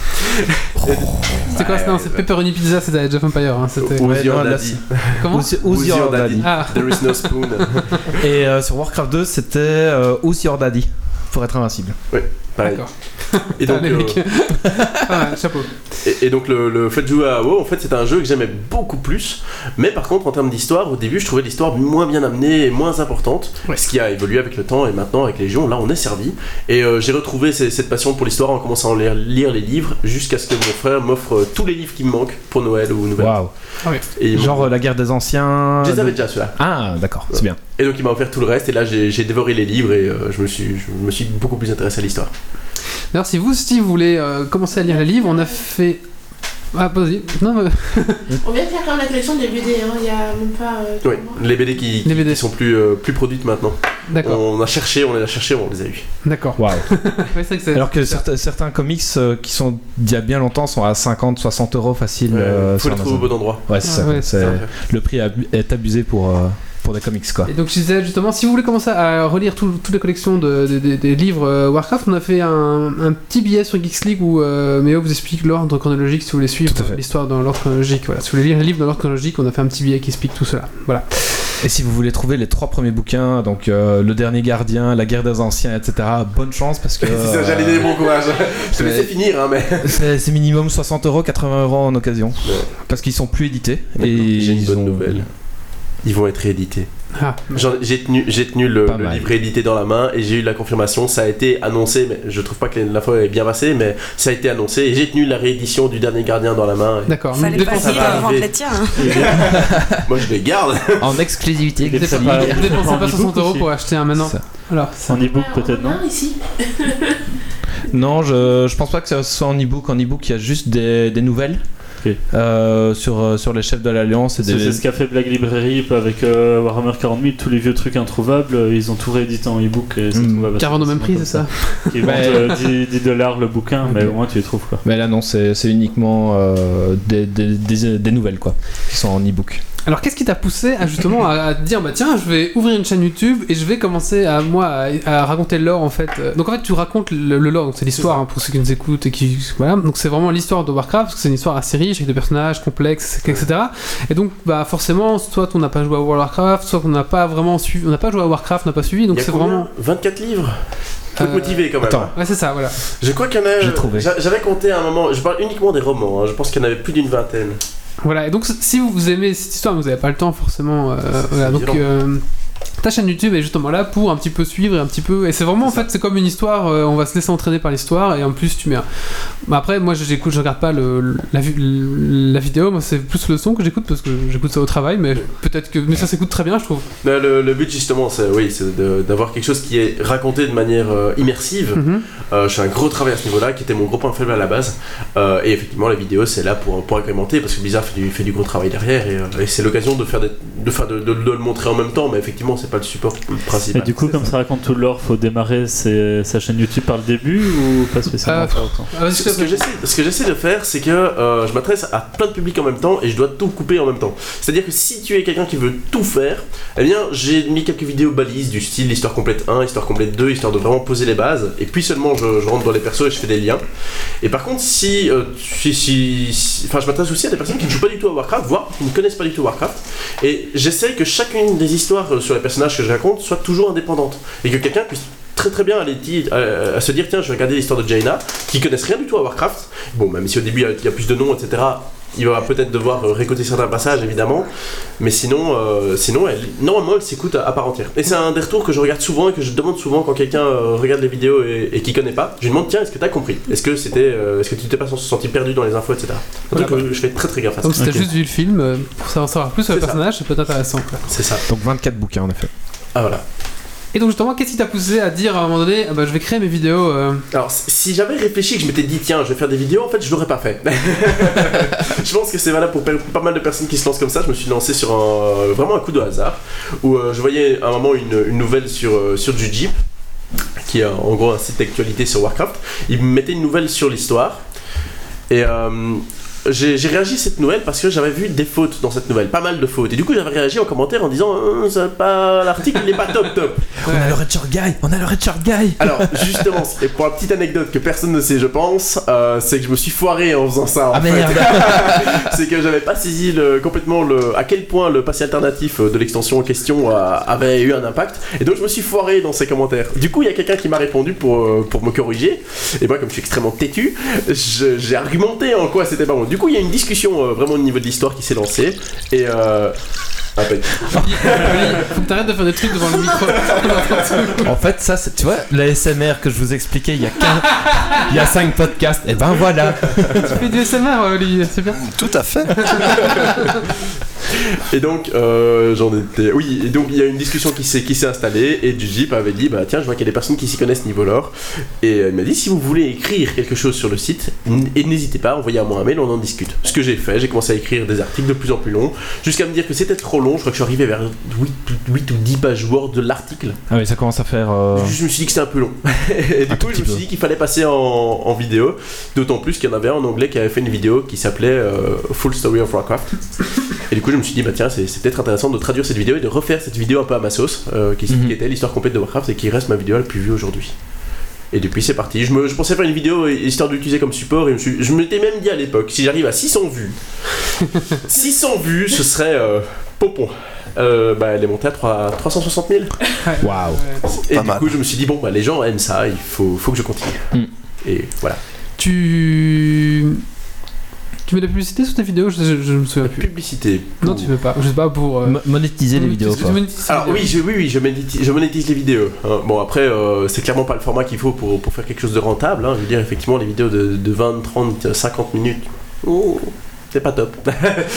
C'était quoi Non, c'est Pepperoni Pizza, c'était Age of Empire. hein, c'était- Who's Ouais, your non, là, daddy? Comment Who's- Who's Who's your your daddy? Ah, There is no spoon. Et euh, sur Warcraft 2, c'était euh, Who's your daddy Pour être invincible. Pareil. D'accord. Et donc, Ah, les euh, mecs. Ah, ouais, chapeau. et, et donc le, le fait de jouer à WoW, en fait, c'était un jeu que j'aimais beaucoup plus. Mais par contre, en termes d'histoire, au début, je trouvais l'histoire moins bien amenée et moins importante. Ouais. Ce qui a évolué avec le temps et maintenant, avec Légion, là, on est servi. Et euh, j'ai retrouvé ces- cette passion pour l'histoire en commençant à lire, lire les livres jusqu'à ce que mon frère m'offre euh, tous les livres qui me manquent pour Noël ou Nouvelle. Waouh. Et il m'a- Genre euh, la guerre des anciens. Je les avais le- déjà, ceux-là. Ah, d'accord, c'est bien. Et donc il m'a offert tout le reste, et là j'ai j'ai dévoré les livres et euh, je, me suis, je me suis beaucoup plus intéressé à l'histoire. D'ailleurs, si vous, si vous voulez euh, commencer à lire les livres, on a fait. Ah, vas-y. Non, mais- On vient de faire quand même la collection des BD, hein, il y a même pas. euh, trois Oui, mois. les BD qui, qui- Les BD. qui sont plus, euh, plus produites maintenant. D'accord, On a cherché, on les a cherchés, on les a eu. d'accord. Waouh. Ouais, c'est vrai que c'est- Alors que certains, certains comics euh, qui sont d'il y a bien longtemps sont à 50, 60 euros facile. Il euh, faut sur les trouver au Amazon. bon endroit. Ouais, c'est ça. Ah ouais, c'est c'est- Le prix ab- est abusé pour, euh, pour des comics, quoi. Et donc je disais justement, si vous voulez commencer à relire tout- toutes les collections de, de- de- des livres euh, Warcraft, on a fait un, un petit billet sur Geeks League où euh, Méo vous explique l'ordre chronologique si vous voulez suivre Tout à fait. l'histoire dans l'ordre chronologique. Voilà. Si vous voulez lire les livres dans l'ordre chronologique, on a fait un petit billet qui explique tout cela. Voilà. Et si vous voulez trouver les trois premiers bouquins, donc euh, Le Dernier Gardien, La Guerre des Anciens, etc., bonne chance parce que. C'est ça, j'allais donner mon courage. Je te mais- laissais finir, hein, mais. C'est c'est minimum 60 euros, 80 euros en occasion. Parce qu'ils sont plus édités. Et J'ai une ils bonne ont- nouvelle. Ils vont être réédités. Ah. J'en- J'ai tenu, j'ai tenu le, Pas le mal. livre réédité dans la main et j'ai eu la confirmation. Ça a été annoncé, mais je trouve pas que l'info est bien passée, mais ça a été annoncé et j'ai tenu la réédition du dernier gardien dans la main. et- D'accord. Fallait pas Dépensez dire va avant de arriver. les tiens. hein. Moi je les garde. En exclusivité. Il est Xavier. pas- dépensez en pas e-book 60 euros aussi. pour acheter un maintenant. Ça. Alors, En ebook Ouais, on peut-être, en a non un ici. Non, je, je pense pas que ce soit en e-book. En e-book, il y a juste des, des nouvelles Ok. euh, sur, euh, sur les chefs de l'Alliance et C'est c'est des. ce qu'a fait Black Library avec euh, Warhammer 40 000, tous les vieux trucs introuvables, euh, ils ont tout réédité en e-book et c'est Mm. trouvable. car au même prix, c'est ça Ils vendent Ouais. euh, 10, 10 dollars le bouquin, mais au moins tu les trouves quoi. Mais là, non, c'est c'est uniquement euh, des, des, des- des nouvelles, quoi, qui sont en e-book. Alors, qu'est-ce qui t'a poussé à justement à, à te dire bah tiens, je vais ouvrir une chaîne YouTube et je vais commencer à moi à, à raconter le lore en fait. Euh, Donc en fait, tu racontes le, le lore, donc c'est l'histoire hein, pour ceux qui nous écoutent et qui voilà. Donc c'est vraiment l'histoire de Warcraft parce que c'est une histoire assez riche avec des personnages complexes, etc. Et donc bah forcément, soit on n'a pas joué à World of Warcraft, soit on n'a pas vraiment suivi, on n'a pas joué à Warcraft, on n'a pas suivi. Donc Il y a c'est combien vraiment 24 livres. Faut Euh, être motivé quand même. attends. hein. ouais c'est ça voilà. Je crois qu'il y en a. J'ai trouvé. j'a- J'avais compté à un moment. Je parle uniquement des romans. hein, Je pense qu'il y en avait plus d'une vingtaine. Voilà, et donc si vous aimez cette histoire, mais vous n'avez pas le temps forcément. euh, c'est voilà, donc violent. euh, ta chaîne YouTube est justement là pour un petit peu suivre et un petit peu. Et c'est vraiment en fait, c'est comme une histoire, euh, on va se laisser entraîner par l'histoire et en plus tu mets. un- Bah, après, moi je- j'écoute, je regarde pas le, le- la, vi- la vidéo, moi c'est plus le son que j'écoute parce que j'écoute ça au travail, mais peut-être que. Mais ça s'écoute très bien, je trouve. Euh, Le, le but justement, c'est oui, c'est de- d'avoir quelque chose qui est raconté de manière euh, immersive. Mhm. Euh, je fais un gros travail à ce niveau-là, qui était mon gros point faible à la base. Euh, et effectivement, la vidéo, c'est là pour, pour agrémenter, parce que Blizzard fait du, fait du gros travail derrière, et, euh, et c'est l'occasion de faire, des- de, faire de, de- de le montrer en même temps. Mais effectivement, c'est pas le support Et principal. du coup, comme Bah, ça raconte tout l'or, faut démarrer ses- sa chaîne YouTube par le début ou pas spécialement Euh, pas autant Ah, vas-y, je Ce ce te- que j'essaie, ce que j'essaie de faire, c'est que euh, je m'adresse à plein de publics en même temps et je dois tout couper en même temps. C'est-à-dire que si tu es quelqu'un qui veut tout faire, eh bien j'ai mis quelques vidéos balises du style histoire complète 1, histoire complète 2, histoire de vraiment poser les bases. Et puis seulement je, je rentre dans les persos et je fais des liens. Et par contre, si, euh, si, si- si- enfin, je m'adresse aussi à des personnes qui ne jouent pas du tout à Warcraft, voire qui ne connaissent pas du tout Warcraft, et j'essaie que chacune des histoires euh, sur les personnages que je raconte soit toujours indépendante et que quelqu'un puisse très très bien aller dire- euh, à se dire tiens je vais regarder l'histoire de Jaina qui connaissent rien du tout à Warcraft bon bah, même si au début il y a- il y a plus de noms etc il va peut-être devoir euh, récolter certains passages évidemment mais sinon euh, sinon elle, normalement elle s'écoute à, à part entière et c'est un des retours que je regarde souvent et que je demande souvent quand quelqu'un euh, regarde les vidéos et, et qui connaît pas je lui demande tiens est-ce que t'as compris est-ce que c'était euh, est-ce que tu t'es pas senti perdu dans les infos etc un truc que je fais très très gaffe à ça Donc si t'as Ok. juste vu le film, euh, pour savoir, savoir plus sur le C'est ça. personnage, c'est peut-être intéressant. quoi. c'est ça Donc 24 bouquins, en effet. ah voilà Et donc justement, qu'est-ce qui t'a poussé à dire à un moment donné, ah, bah, je vais créer mes vidéos euh, Alors, si si j'avais réfléchi que je m'étais dit, tiens, je vais faire des vidéos, en fait, je l'aurais pas fait. je pense que c'est valable pour pe- pas mal de personnes qui se lancent comme ça. Je me suis lancé sur un, euh, vraiment un coup de hasard où euh, je voyais à un moment une, une nouvelle sur, euh, sur du Jeep qui est euh, en gros un site d'actualité sur Warcraft. Il me mettait une nouvelle sur l'histoire. Et euh, j'ai j'ai réagi à cette nouvelle parce que j'avais vu des fautes dans cette nouvelle, pas mal de fautes. Et du coup, j'avais réagi en commentaire en disant Hum, c'est pas l'article, il est pas top top. On a le Red Shirt Guy On a le Red Shirt Guy Alors, justement, et pour la petite anecdote que personne ne sait, je pense, euh, c'est que je me suis foiré en faisant ça. En Ah fait. merde c'est que j'avais pas saisi le- complètement le, à quel point le passé alternatif euh, de l'extension en question a- avait eu un impact. Et donc je me suis foiré dans ces commentaires. Du coup, il y a quelqu'un qui m'a répondu pour, euh, pour me corriger. Et moi, comme je suis extrêmement têtu, je- j'ai argumenté en quoi c'était pas bon. Du coup, il y a une discussion euh, vraiment au niveau de l'histoire qui s'est lancée. Et euh... ah, ben, Faut que t'arrêtes de faire des trucs devant le micro. En fait, ça, c'est- tu vois, la SMR que je vous expliquais il y a 15 il y a 5 podcasts, et ben voilà tu fais du SMR, euh, Olivier, c'est bien. Tout à fait. Et donc, euh, j'en étais. Oui, et donc il y a une discussion qui s'est, qui s'est installée et du Jeep avait dit Bah tiens, je vois qu'il y a des personnes qui s'y connaissent niveau lore. Et euh, il m'a dit Si vous voulez écrire quelque chose sur le site, n- et n'hésitez pas, envoyez-moi un mail, on en discute. Ce que j'ai fait, j'ai commencé à écrire des articles de plus en plus longs, jusqu'à me dire que c'était trop long. Je crois que je suis arrivé vers 8, ou- 8 ou 10 pages Word de l'article. Ah oui, ça commence à faire... euh, Je me suis dit que c'était un peu long. Un et du coup, tout je petit me suis peu. dit qu'il fallait passer en, en vidéo. D'autant plus qu'il y en avait un en anglais qui avait fait une vidéo qui s'appelait euh, Full Story of Warcraft. et du coup, je me suis dit, bah tiens, c'est c'est peut-être intéressant de traduire cette vidéo et de refaire cette vidéo un peu à ma sauce, euh, qui, Mhm. qui était l'histoire complète de Warcraft et qui reste ma vidéo la plus vue aujourd'hui. Et depuis, c'est parti. Je, me, je pensais faire une vidéo histoire d'utiliser comme support. Et je me suis- je m'étais même dit à l'époque, si j'arrive à 600 vues, 600 vues, ce serait euh, popon. Euh, bah, elle est montée à 3- 360 000. Waouh Et Pas du mal. coup, je me suis dit, bon, bah, les gens aiment ça, il faut, faut que je continue. Mm. Et voilà. Tu. Tu mets de la publicité sur tes vidéos je, je, je me souviens plus. Publicité. Non, tu veux pas. Je sais pas pour. euh, Mo- Monétiser les vidéos, tu- quoi. tu monétises tes Alors vidéos. oui, je, oui, oui, je monétise, je monétise les vidéos. hein. Bon, après, euh, c'est clairement pas le format qu'il faut pour, pour faire quelque chose de rentable. hein. Je veux dire, effectivement, les vidéos de, de 20, 30, 50 minutes, oh, c'est pas top.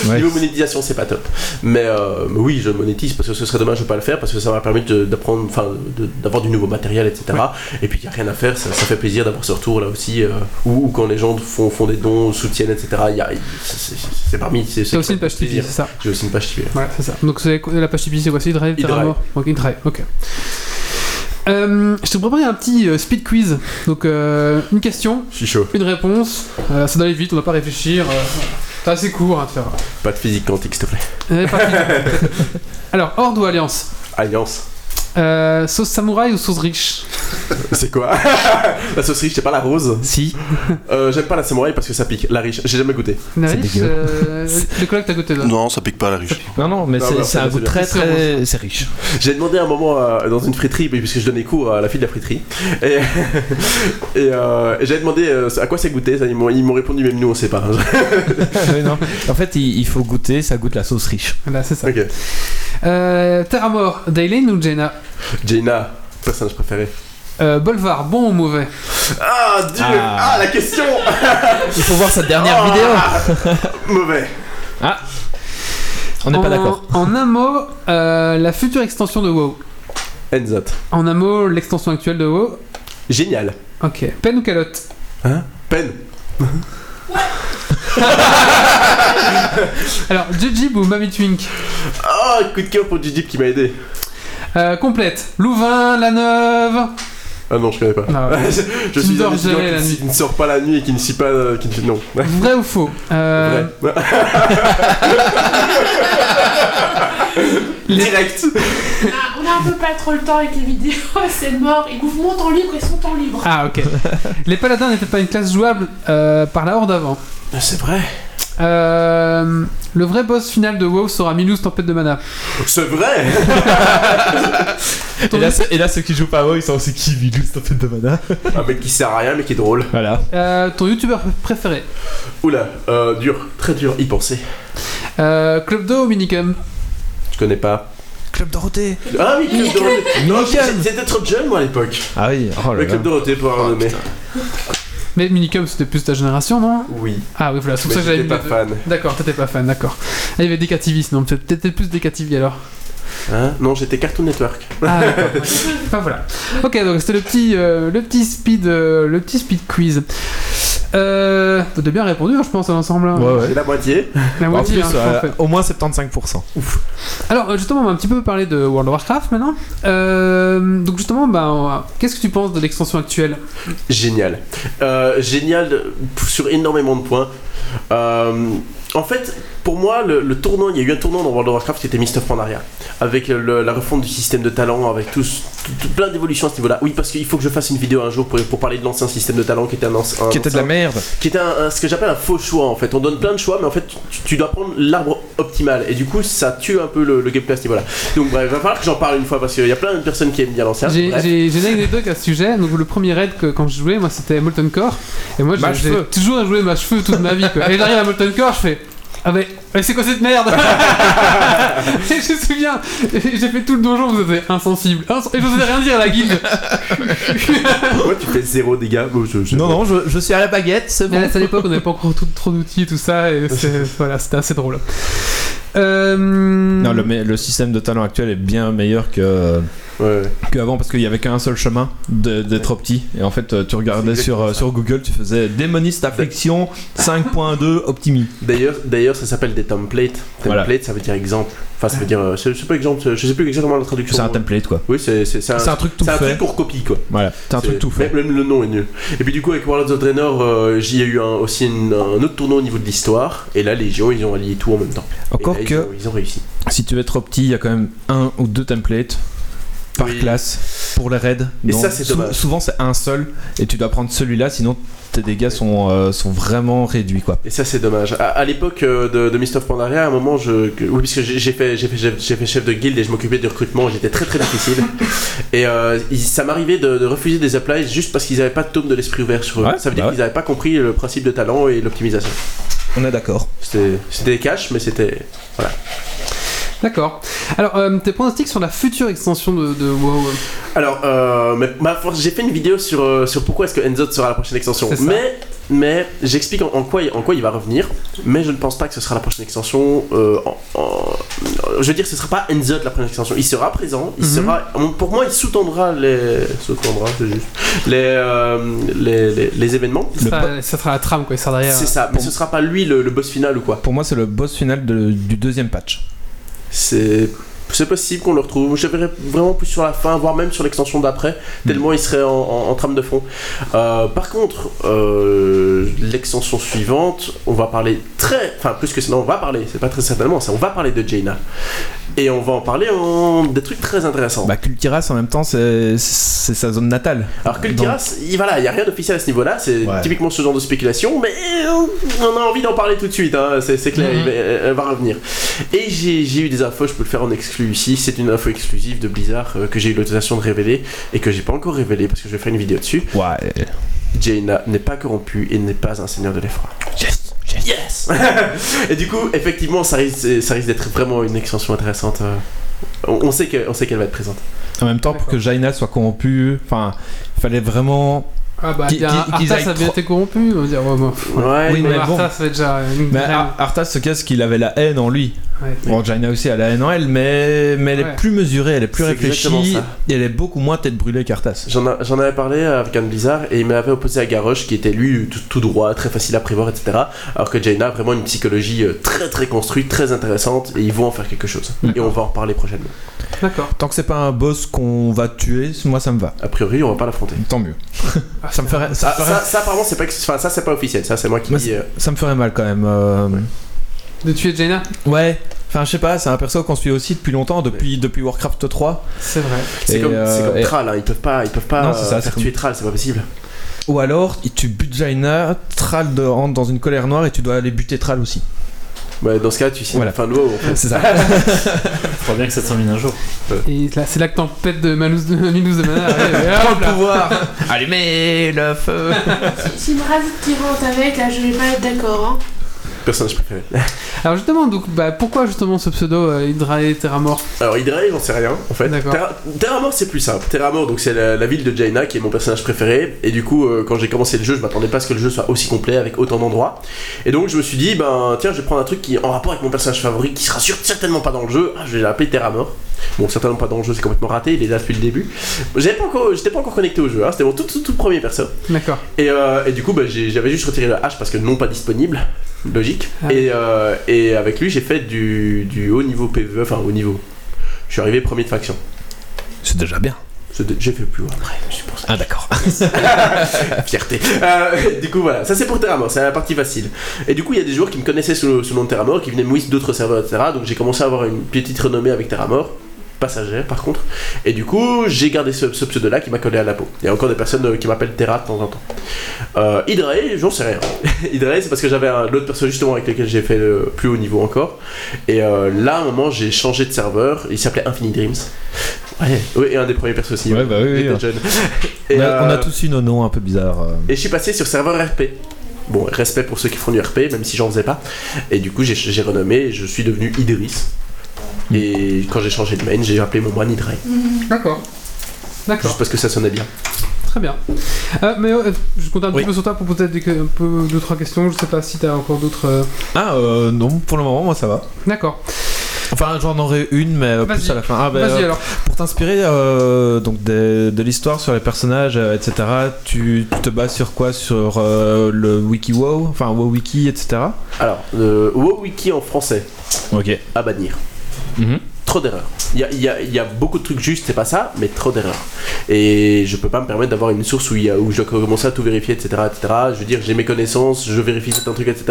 Ouais. Niveau monétisation, c'est pas top. Mais, euh, mais oui, je monétise parce que ce serait dommage de pas le faire parce que ça m'a permis de- d'apprendre, enfin, de- d'avoir du nouveau matériel, etc. Et puis il n'y a rien à faire, ça, ça fait plaisir d'avoir ce retour là aussi. euh, ou, ou quand les gens font, font des dons, soutiennent, etc. y a- c'est- c'est c'est parmi. c'est- c'est- T'as aussi une page Tipeee, plaisir. c'est ça J'ai aussi une page TV. Voilà, c'est ça. Donc c'est la page Tipeee, c'est quoi C'est Drive, E-Drive. Terramore Ok, Drive, ok. Euh, je te préparais un petit euh, speed quiz. Donc euh, une question, Je suis chaud. une réponse. Euh, ça doit aller vite, on doit pas réfléchir. euh, c'est assez court à faire. Pas de physique quantique, s'il te plaît. Euh, parti. Alors, Horde ou Alliance Alliance. Euh, Sauce samouraï ou sauce riche C'est quoi La sauce riche, c'est pas la rose. Si, Euh, J'aime pas la samouraï parce que ça pique. La riche, j'ai jamais goûté. La C'est riche dégueu. euh, Le collègue t'as goûté là Non, ça pique pas à la riche. non, non, mais Non, c'est bah, c'est un c'est goût bien. très Ah C'est hein. vraiment très. C'est riche. J'ai demandé à un moment euh, dans une friterie, puis- puisque je donnais cours à la fille de la friterie, et, et, euh, et j'avais demandé euh, à quoi c'est goûté, ça, ils m'ont ils m'ont répondu, même nous on sait pas. Oui, non. En fait, il, il faut goûter, ça goûte la sauce riche. Voilà, c'est ça. ok. Euh, Terra Mort, Daylane ou Jaina Jaina, personnage préféré. euh, Bolvar, bon ou mauvais Ah Dieu Ah. Ah, la question Il faut voir sa dernière Ah. vidéo Mauvais. On n'est Oh. pas En- d'accord. En un mot, euh, la future extension de WoW. Enzot. En un mot, l'extension actuelle de WoW. Génial. Ok. Peine ou calotte Peine. Alors, Jujib ou Mami Twink Ah, coup de cœur pour Jujip qui m'a aidé. Euh, Complète. Louvain, La Neuve. Ah non, je connais pas. Ah ouais. je Tu je suis ne dors un étudiant jamais la qui, nuit. qui ne sort pas la nuit et qui ne suit pas... euh, qui ne... Non. Ouais. Vrai ou faux Euh, Vrai. Direct. Ah, on a un peu pas trop le temps avec les vidéos, c'est mort. Ils ouvrent mon temps libre et son temps libre. Ah, ok. Les Paladins n'étaient pas une classe jouable euh, par la Horde avant. C'est vrai. Euh, le vrai boss final de WoW sera Milouz Tempête de Mana. C'est vrai Ton- ce- ceux qui jouent pas à WoW, ils sont aussi qui Vilou, c'est en fait de mana. Un mec qui sert à rien Ah, mais qui est drôle. Voilà. euh, ton youtubeur préféré Oula, euh, dur, très dur, y penser. euh, Club Do ou Minicum Je connais pas. Club Dorothée Ah oui, Club Dorothée Non, J'étais- J'étais trop jeune moi à l'époque. Ah oui, oh là Le là. Club Dorothée pour avoir nommé. Mais Minicum c'était plus ta génération, non Oui, Ah oui, voilà, c'est pour mais ça que j'avais j'étais mis pas les deux. fan. D'accord, t'étais pas fan, d'accord. Ah, il y avait Decativi, sinon peut-être peut-être plus Decativi alors. Hein non, j'étais Cartoon Network. Ah d'accord. ouais. Enfin, voilà. Ok, donc c'était le petit, euh, le petit speed, euh, le petit speed quiz. Euh, t'as bien répondu, hein, je pense, à l'ensemble. hein. Ouais, ouais. C'est la moitié. La En moitié, plus, hein, je euh, pense, ouais. au moins 75%. Alors euh, justement, on va un petit peu parler de World of Warcraft maintenant. Euh, donc justement, bah, on va- qu'est-ce que tu penses de l'extension actuelle Génial. Euh, génial de- sur énormément de points. Euh, en fait, pour moi, le, le tournant, il y a eu un tournant dans World of Warcraft qui était Mist of Pandaria, avec le- la refonte du système de talent, avec tous, tout- tout- plein d'évolutions à ce niveau-là. Oui, parce qu'il faut que je fasse une vidéo un jour pour, pour parler de l'ancien système de talent qui était un, anci- un Qui était de la ancien- merde. qui est un, un- ce que j'appelle un faux choix en fait. On donne plein de choix, mais en fait tu, tu dois prendre l'arbre optimal et du coup ça tue un peu le, le gameplay à ce niveau-là. Donc bref, il va falloir que j'en parle une fois parce qu'il y a plein de personnes qui aiment bien l'ancien. J'ai Bref. j'ai- j'ai une anecdote à ce sujet. Donc, le premier raid que quand je jouais, moi, c'était Molten Core. Et moi, j'ai Mâche j'ai feu. toujours joué ma cheveux toute ma vie. Quoi. Et j'arrive à Molten Core, je fais. Ah mais, mais c'est quoi cette merde Et je me souviens, j'ai fait tout le donjon, vous étiez insensible. Ins- Et je n'osais rien dire à la guilde. Pourquoi tu fais zéro dégâts Bon, je- je- Non, non, je, Euh. je suis à la baguette, c'est Mais bon. à cette époque, on n'avait pas encore tout- trop d'outils et tout ça. Et c'est- voilà, c'était assez drôle. Euh, Non, le, mais le système de talent actuel est bien meilleur que Ouais. qu'avant parce qu'il y avait qu'un seul chemin de- d'être petit. Et en fait, euh, tu regardais C'est sur, euh, sur Google, tu faisais démoniste affliction 5.2 optimi. D'ailleurs, d'ailleurs, ça s'appelle des templates. Template, Voilà. ça veut dire exemple. Enfin, ça veut dire, euh, je, je sais pas exemple, je sais plus exactement la traduction. C'est un template quoi. Oui, c'est c'est- c'est un, C'est un truc tout Euh, c'est un truc fait. pour copie quoi. Voilà, c'est un truc tout fait. Même, même le nom est nul. Et puis du coup, avec World of the Draenor, euh, j'y ai eu un- aussi une- un autre tournoi au niveau de l'histoire. Et là, les géos, ils ont allié tout en même temps. Et Encore là, ils que ont- ils ont réussi. si tu veux être trop petit, il y a quand même un ou deux templates par Oui. classe pour les raids. Et Donc, ça, c'est sou- dommage. Souvent, c'est un seul et tu dois prendre celui-là, sinon tes dégâts sont, euh, sont vraiment réduits quoi. Et ça, c'est dommage. À, à l'époque euh, de, de Mist of Pandaria, à un moment, je, que- oui, puisque j'ai j'ai fait, j'ai fait, chef- j'ai fait chef de guilde et je m'occupais du recrutement, j'étais très très difficile. et euh, il- ça m'arrivait de, de refuser des applies juste parce qu'ils n'avaient pas de tome de l'esprit ouvert sur eux. Ouais, ça veut dire bah qu'ils n'avaient pas compris le principe de talent et l'optimisation. On est d'accord. C'était c'était des caches, mais c'était. D'accord. Alors, euh, tes pronostics sur la future extension de, de WoW euh, Alors, euh, mais- ma force- j'ai fait une vidéo sur, euh, sur pourquoi est-ce que Enzo sera la prochaine extension. C'est ça. Mais, mais j'explique en, en quoi, il- en quoi il va revenir. Mais je ne pense pas que ce sera la prochaine extension. euh, en- en- je veux dire, ce ne sera pas Enzo la prochaine extension. Il sera présent. Il Mhm. sera, pour moi, il sous-tendra les. Sous-tendra, c'est juste. Les, euh, les, les- les événements. ça, Le sera, ça sera la trame, quoi. Il sera derrière. C'est ça. Mais Pour- ce ne sera pas lui le, le boss final ou quoi. Pour moi, c'est le boss final de- du deuxième patch. C'est. C'est possible qu'on le retrouve. Je verrai vraiment plus sur la fin, voire même sur l'extension d'après, tellement il serait en, en- en trame de fond. Euh, par contre, euh, l'extension suivante, on va parler très. Enfin, plus que ça, non, on va parler, c'est pas très certainement ça, on va parler de Jaina. Et on va en parler en... des trucs très intéressants. Bah, Kultiras en même temps, c'est c'est sa zone natale. Alors, Kultiras, il voilà, il n'y a rien d'officiel à ce niveau-là, c'est Ouais. typiquement ce genre de spéculation, mais on- on a envie d'en parler tout de suite, hein, c'est c'est clair, Mhm. il va- euh, elle va revenir. Et j'ai j'ai eu des infos, je peux le faire en exclu ici, c'est une info exclusive de Blizzard euh, que j'ai eu l'autorisation de révéler et que j'ai pas encore révélé parce que je vais faire une vidéo dessus. Ouais. Jaina n'est pas corrompue et n'est pas un seigneur de l'effroi. Yes, Yes Et du coup, effectivement, ça risque, ça risque d'être vraiment une extension intéressante. euh, On on sait que- on sait qu'elle va être présente. En même temps, pour que Jaina soit corrompue, enfin, il fallait vraiment. Ah bah, Qui- bien, qui- qu'ils Arthas aillent a bien trop- été corrompu. On va dire, ouais, bon. Ouais, Oui, Mais mais bon. Arthas, c'est déjà une Mais graine. Ar- Arthas se casse qu'il avait la haine en lui. Ouais. Bon, Jaina aussi a la haine en elle, mais, mais elle Ouais. est plus mesurée, elle est plus C'est exactement réfléchie, ça. et elle est beaucoup moins tête brûlée qu'Arthas. J'en a- j'en avais parlé avec un Blizzard et il m'avait opposé à Garrosh qui était lui tout, tout droit, très facile à prévoir, etc. Alors que Jaina a vraiment une psychologie euh, très très construite, très intéressante et ils vont en faire quelque chose. Et on va en reparler prochainement. D'accord. Tant que c'est pas un boss qu'on va tuer, moi ça me va. A priori, on va pas l'affronter. Tant mieux. Ça me ferait, ça Ah, me ferait, ça, ça, apparemment, c'est pas, ex- enfin, ça c'est pas officiel, ça c'est moi qui. Moi, c'est- euh, ça me ferait mal quand même. euh, De tuer Jaina Ouais. Enfin, je sais pas, c'est un perso qu'on suit aussi depuis longtemps, depuis, depuis Warcraft 3. C'est vrai. C'est Et, comme, c'est euh, comme et- Thrall, hein, ils peuvent pas, ils peuvent pas Non, c'est ça, euh, c'est faire comme- tuer Thrall, c'est pas possible. Ou alors, tu butes Jaina, Thrall de- rentre dans une colère noire et tu dois aller buter Thrall aussi. Ouais, dans ce cas, tu signes Voilà. la fin de WoW. C'est ça. Faudra bien que ça se termine un jour. Euh. Et là, c'est là que tempête de Manous de, Minous de Mana. arrive, et hop là. pouvoir Allumez le feu Ah. Si me rajoute qui rentre avec, là, je vais pas être d'accord. Hein. Personnage préféré. Alors justement, donc, bah, pourquoi justement ce pseudo euh, Hydrae Terra Mort Alors, Hydrae, j'en sais rien en fait. D'accord. Terra- Terramore, c'est plus simple. Terramore, donc c'est la, la ville de Jaina qui est mon personnage préféré. Et du coup, euh, quand j'ai commencé le jeu, je m'attendais pas à ce que le jeu soit aussi complet avec autant d'endroits. Et donc, je me suis dit, ben tiens, je vais prendre un truc qui est en rapport avec mon personnage favori qui sera sûr- certainement pas dans le jeu. Ah, je vais l'appeler Terramore. Bon, certainement pas dans le jeu, c'est complètement raté, il est là depuis le début. J'avais pas encore- J'étais pas encore connecté au jeu, hein, c'était mon tout, tout, tout premier perso. D'accord. Et, euh, et du coup, bah, j'ai- j'avais juste retiré le H parce que non pas disponible, logique. Ah. Et, euh, et avec lui, j'ai fait E, du, du haut niveau PvE, enfin haut niveau. Je suis arrivé premier de faction. C'est déjà bien. Je- J'ai fait plus haut après, je suis pour ça. Ah d'accord. Fierté. Euh, du coup, voilà, ça c'est pour Terramore, c'est la partie facile. Et du coup, il y a des joueurs qui me connaissaient sous le, sous le nom de Terramore, qui venaient me whist d'autres serveurs, etc. Donc j'ai commencé à avoir une petite renommée avec Terramore, passagère par contre. Et du coup, j'ai gardé ce, ce pseudo-là qui m'a collé à la peau. Il y a encore des personnes euh, qui m'appellent Terra de temps en temps. Euh, Hydrae, j'en sais rien. Hydrae, c'est parce que j'avais un- l'autre personne justement avec lequel j'ai fait le plus haut niveau encore. Et euh, là, à un moment, j'ai changé de serveur, il s'appelait Infinite Dreams. Ouais, oui, et un des premiers persos aussi. Ouais, bah oui, oui, J'étais ouais. jeune. on, a, on a euh, tous eu nos noms un peu bizarres. euh. et je suis passé sur serveur RP. Bon, respect pour ceux qui font du RP, même si j'en faisais pas. Et du coup, j'ai- j'ai renommé et je suis devenu Idris. Et quand j'ai changé de main, j'ai appelé mon moine Idray. D'accord. D'accord. Juste parce que ça sonnait bien. Très bien. Euh, mais euh, je compte un Oui. petit peu sur toi pour peut-être des- un peu deux trois questions. Je sais pas si t'as encore d'autres. euh, Ah euh, non, pour le moment, moi ça va. D'accord. Enfin, j'en aurais une, mais euh, plus Vas-y. à la fin. Ah, bah, Vas-y euh, alors. Pour t'inspirer euh, donc des- de l'histoire sur les personnages, euh, etc., tu, tu te bases sur quoi Sur euh, le WikiWow, enfin WoWiki, etc. Alors, le WoWiki en français, Ok. à bannir. Trop d'erreurs. Il y a, il y a- il y a beaucoup de trucs justes, c'est pas ça, mais trop d'erreurs. Et je peux pas me permettre d'avoir une source où, il y a- où je dois commencer à tout vérifier, etc. etc. Je veux dire, j'ai mes connaissances, je vérifie certains trucs, etc.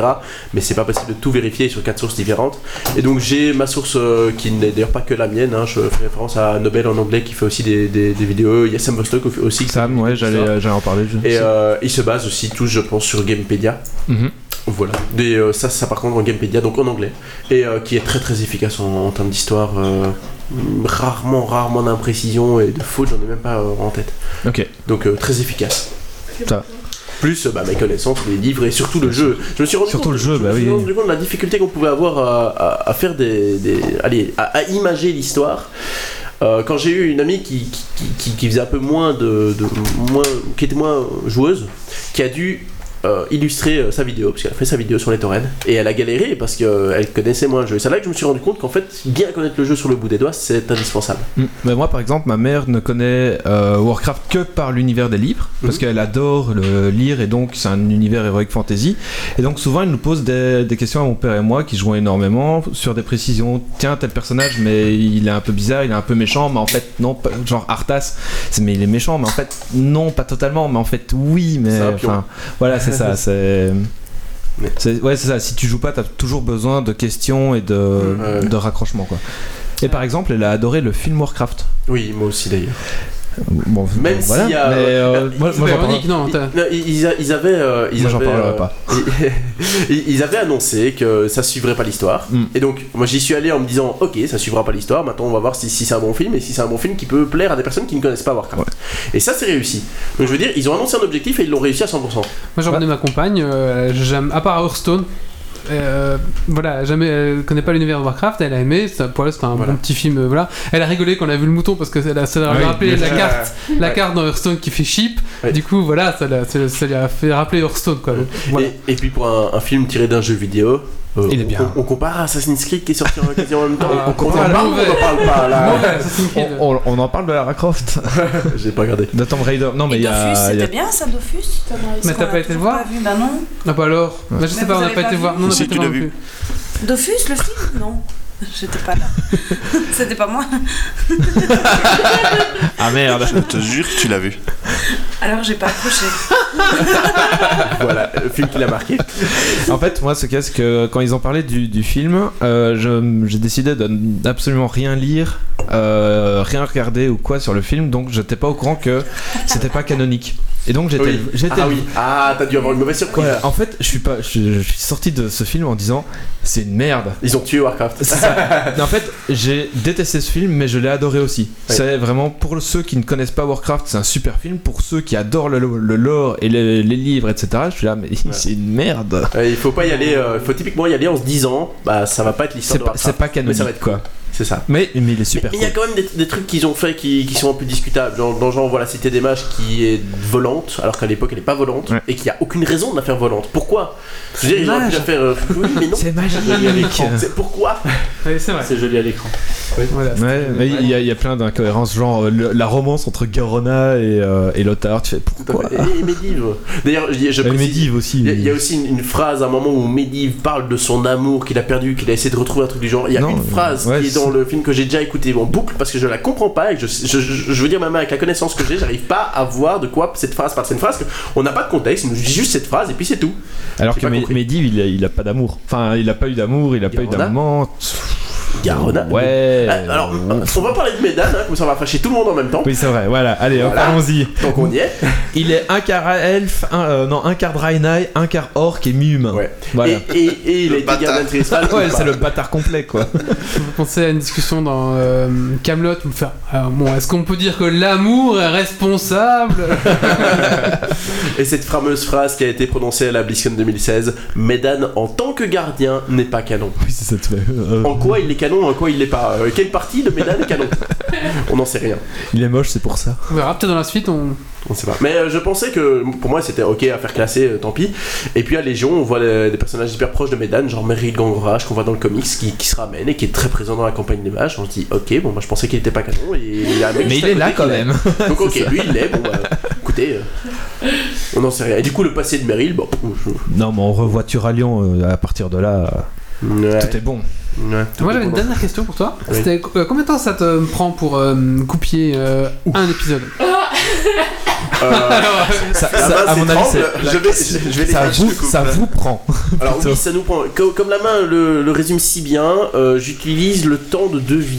Mais c'est pas possible de tout vérifier sur quatre sources différentes. Et donc j'ai ma source euh, qui n'est d'ailleurs pas que la mienne. hein. Je fais référence à Nobel en anglais qui fait aussi des, des- des vidéos. Il y a Sam Vostok aussi. Sam, ouais, j'allais j'allais en parler. je- Et euh, il se base aussi tous, je pense, sur Gamepedia. Mhm. Voilà. Et euh, ça, ça par contre en Gamepedia, donc en anglais. Et euh, qui est très très efficace en, en termes d'histoire. euh, rarement, rarement d'imprécisions et de fautes, j'en ai même pas euh, en tête. Ok. Donc euh, très efficace. Ça. Plus euh, bah, mes connaissances, les livres et surtout le jeu. Je me suis rendu Surtout compte, le jeu, je me bah suis oui. rendu compte de la difficulté qu'on pouvait avoir à, à- à faire des, des- allez, à, à imager l'histoire. Euh, quand j'ai eu une amie qui, qui, qui- qui faisait un peu moins de, de- moins, qui était moins joueuse, qui a dû euh, illustrer euh, sa vidéo parce qu'elle a fait sa vidéo sur les torrents et elle a galéré parce qu'elle connaissait moins le jeu. Et c'est là que je me suis rendu compte qu'en fait, bien connaître le jeu sur le bout des doigts, c'est indispensable. Mm. Mais moi, par exemple, ma mère ne connaît euh, Warcraft que par l'univers des livres, parce Mhm. qu'elle adore le lire, et donc c'est un univers heroic fantasy. Et donc souvent, elle nous pose des, des questions à mon père et moi, qui jouons énormément, sur des précisions. Tiens, tel personnage, mais il est un peu bizarre, il est un peu méchant, mais en fait, non, pas- genre Arthas, c'est mais il est méchant, mais en fait, non, pas totalement, mais en fait, oui, mais... C'est un pion. enfin, Voilà, c'est ça, c'est... Mais- c'est- Ouais, c'est ça, si tu joues pas, t'as toujours besoin de questions et de, ouais. de raccrochements, quoi. Et par exemple, elle a adoré le film Warcraft. Oui, moi aussi d'ailleurs. Bon, Même bon, si, voilà. euh, Mais, euh, moi, C'est moi, pas j'en parlerai. ironique, non. t'as- Non, ils, ils a- ils avaient, euh, ils Moi, j'en avaient, parlerai euh, pas. ils, ils avaient annoncé que ça suivrait pas l'histoire. Mm. Et donc, moi, j'y suis allé en me disant, ok, ça suivra pas l'histoire. Maintenant, on va voir si, si c'est un bon film et si c'est un bon film qui peut plaire à des personnes qui ne connaissent pas Warcraft. Et ça, c'est réussi. Donc, je veux dire, ils ont annoncé un objectif et ils l'ont réussi à 100%. Moi j'ai emmené ma compagne, euh, j'aime, à part Hearthstone, euh, voilà, jamais, elle connaît pas l'univers de Warcraft, elle a aimé, ça, pour elle c'était un Voilà. bon petit film, euh, voilà. Elle a rigolé quand elle a vu le mouton parce que ça, l'a- ça lui a Ah oui, rappelé bien la sûr. carte, la Ouais. carte dans Hearthstone qui fait cheap, Ouais. du coup voilà, ça, l'a- ça- ça lui a fait rappeler Hearthstone quoi. Donc, voilà. Et, et puis, pour un, un film tiré d'un jeu vidéo. euh, Il est bien. On, on compare à Assassin's Creed qui est sorti en- quasi en même temps. Ah, on compare parle- mauvais. on en parle pas là. Mauvais Assassin's Creed. On, on- on en parle de Lara Croft, J'ai pas regardé. de Tomb Raider. Non, mais Et il y a. il y Dofus, a- c'était bien ça, Dofus Mais t'as Parce pas qu'on a été le toujours voir pas vu, Bah non. Ah bah alors, bah, je Mais sais pas, vous on n'a avez pas pas été vu voir, non, on n'a Si, pas été tu voir l'as non vu. plus. Dofus, le film Non. J'étais pas là. c'était pas moi. Ah merde Je te jure, que tu l'as vu. Alors j'ai pas accroché. voilà, le film qui l'a marqué. En fait, moi, ce qu'il y a, c'est que quand ils ont parlé du, du film, euh, je- j'ai décidé de absolument rien lire, euh, rien regarder ou quoi sur le film, donc j'étais pas au courant que c'était pas canonique. Et donc j'étais. Oui. j'étais- Ah oui. Ah, t'as dû avoir une mauvaise surprise. Ouais, en fait, je suis pas, je, suis- je suis sorti de ce film en disant c'est une merde. Ils ont tué Warcraft. C'est ça. Mais en fait, j'ai détesté ce film, mais je l'ai adoré aussi. C'est vraiment pour ceux qui ne connaissent pas Warcraft, c'est un super film. Pour ceux qui adorent le, le lore et les, les livres, etc., je suis là, mais c'est une merde. Euh, il faut pas y aller, euh, faut typiquement y aller en se disant, bah ça va pas être l'histoire C'est de pas, c'est Warcraft. pas canonique, Mais ça va être quoi. C'est ça. Mais, mais il est Mais super il y a cool. quand même des, des trucs qu'ils ont fait qui, qui sont un peu discutables. Genre, dans genre, on voit la cité des mages qui est volante, alors qu'à l'époque elle est pas volante, Ouais. et qu'il y a aucune raison de la faire volante. Pourquoi Je veux dire, ils auraient pu dommage. la faire. euh, oui, mais non. C'est magique. C'est pourquoi Ouais, c'est vrai. C'est joli à l'écran. oui. Voilà. Ouais, mais il y, a- il y a plein d'incohérences, genre euh, le- la romance entre Garona et, euh, et Lothar. Tu fais Tout à pourquoi fait. Et Medivh. D'ailleurs, je, je Elle précise- Medivh aussi. Il y a- il y, a aussi une, une phrase à un moment où Medivh parle de son amour qu'il a perdu, qu'il a essayé de retrouver un truc du genre. Il y a Non, une euh, phrase ouais, qui est c'est- dans le film que j'ai déjà écouté en boucle parce que je la comprends pas et que je, je, je- je veux dire même avec la connaissance que j'ai, j'arrive pas à voir de quoi cette phrase parle. C'est une phrase qu'on n'a pas de contexte, il nous dit juste cette phrase et puis c'est tout. Alors j'ai que pas Mé- compris. Medivh, il a, il a pas d'amour. Enfin, il a pas eu d'amour, il a pas eu Garona d'amant. Garona. Ouais. Ah, Alors, euh, on va parler de Médane, hein, comme ça on va fâcher tout le monde en même temps. Oui, c'est vrai, voilà. Allez, hop, Voilà. allons-y. Donc on y est. Il est un quart elfe, un, euh, non, un quart Draenei, un quart orc et mi-humain. Ouais. Voilà. Ah, Et, et, et il Le est bâtard. gardien de Tristram, ou Ouais, pas c'est le bâtard complet, quoi. Ça me fait penser à une discussion dans euh, Camelot où faire. alors, bon, est-ce qu'on peut dire que l'amour est responsable Et cette fameuse phrase qui a été prononcée à la BlizzCon 2016, Médane en tant que gardien n'est pas canon. oui, c'est ça, tu fais, euh, En quoi il est canon, en quoi il l'est pas Euh, Quelle partie de Médane est canon On n'en sait rien, Il est moche, c'est pour ça. On verra peut-être dans la suite. On... on sait pas. Mais euh, je pensais que pour moi c'était ok à faire classer, euh, tant pis. Et puis à Légion, on voit les- des personnages hyper proches de Médane, genre Meryl Gangrage qu'on voit dans le comics qui, qui se ramène et qui est très présent dans la campagne des mages. On se dit ok, bon, moi je pensais qu'il était pas canon. Et il y a un mec Mais juste il est là à côté qui quand l'a. même. Donc ok, lui il l'est, bon bah écoutez, euh, on n'en sait rien. Et du coup, le passé de Meryl, bon. je- Non, mais on revoit Turalion euh, à partir de là. euh, Ouais. Tout est bon. Ouais, tout Moi est j'avais une bon. dernière question pour toi. Oui. C'était euh, combien de temps ça te prend pour euh, couper euh, un épisode Euh, Alors, Ça, la ça, main à mon avis, s'étrangle, c'est- je vais, je vais ça, les- je vous, te coupe. ça vous prend. Alors Plutôt. oui, ça nous prend. Comme, comme la main le, le résume si bien, euh, j'utilise le temps de deux vies.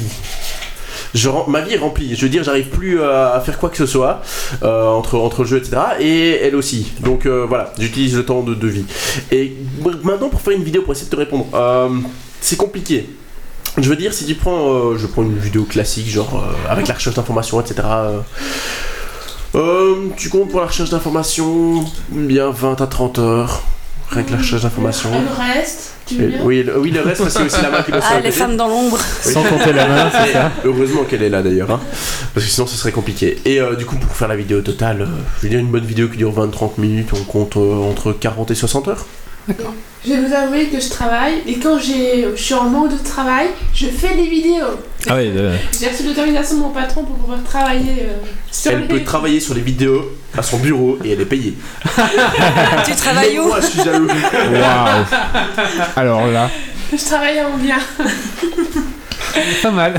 Je, rem- ma vie est remplie. Je veux dire, j'arrive plus à, à faire quoi que ce soit euh, entre entre le jeu, etc. Et elle aussi. Donc euh, voilà, j'utilise le temps de deux vies. Et maintenant, pour faire une vidéo, pour essayer de te répondre, euh, c'est compliqué. Je veux dire, si tu prends, euh, je prends une vidéo classique, genre euh, avec la recherche d'informations, etc. euh, euh, tu comptes pour la recherche d'informations bien 20 à 30 heures, rien que la recherche d'informations. Le reste, tu veux Et- bien Oui, le, oui, le reste, c'est aussi la main qui bosse sur Ah, le les côté. femmes dans l'ombre. Oui. Sans compter la main, c'est ça. Heureusement qu'elle est là d'ailleurs, hein, parce que sinon ce serait compliqué. Et euh, du coup, pour faire la vidéo totale, euh, je veux dire une bonne vidéo qui dure 20-30 minutes, on compte euh, entre 40 et 60 heures. Je vais vous avouer que je travaille et quand j'ai- je suis en manque de travail, je fais des vidéos. Ah ouais, euh, J'ai reçu l'autorisation de mon patron pour pouvoir travailler euh, sur Elle les- peut travailler sur les vidéos à son bureau et elle est payée. Tu travailles Mais où Moi, je suis jaloux. waouh. Alors là, Je travaille en bien. pas mal.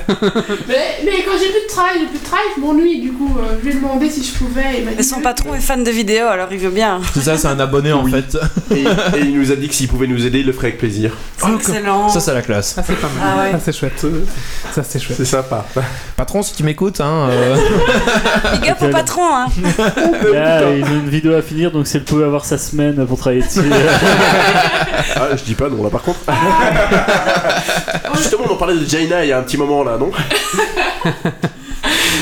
Mais, mais quand j'ai plus de travail, j'ai plus de travail, je m'ennuie du coup. euh, je lui ai demandé si je pouvais. il m'a Mais dit son oui. patron est fan de vidéos, alors il veut bien. tout ça, c'est un abonné en fait. Et, et il nous a dit que s'il pouvait nous aider, il le ferait avec plaisir. C'est Oh, excellent. Ça, c'est la classe. Ça c'est pas mal. Ah ouais. Ça c'est chouette. Ça c'est chouette. C'est sympa. Patron, si tu m'écoutes, hein. euh, Big up au patron, hein. Là, Ah, ils ont une vidéo à finir, donc si elle pouvait avoir sa semaine pour travailler dessus. euh, Ah, je dis pas non là par contre. Ah. Justement, on en parlait de Jaina il y a un petit moment là, non Euh,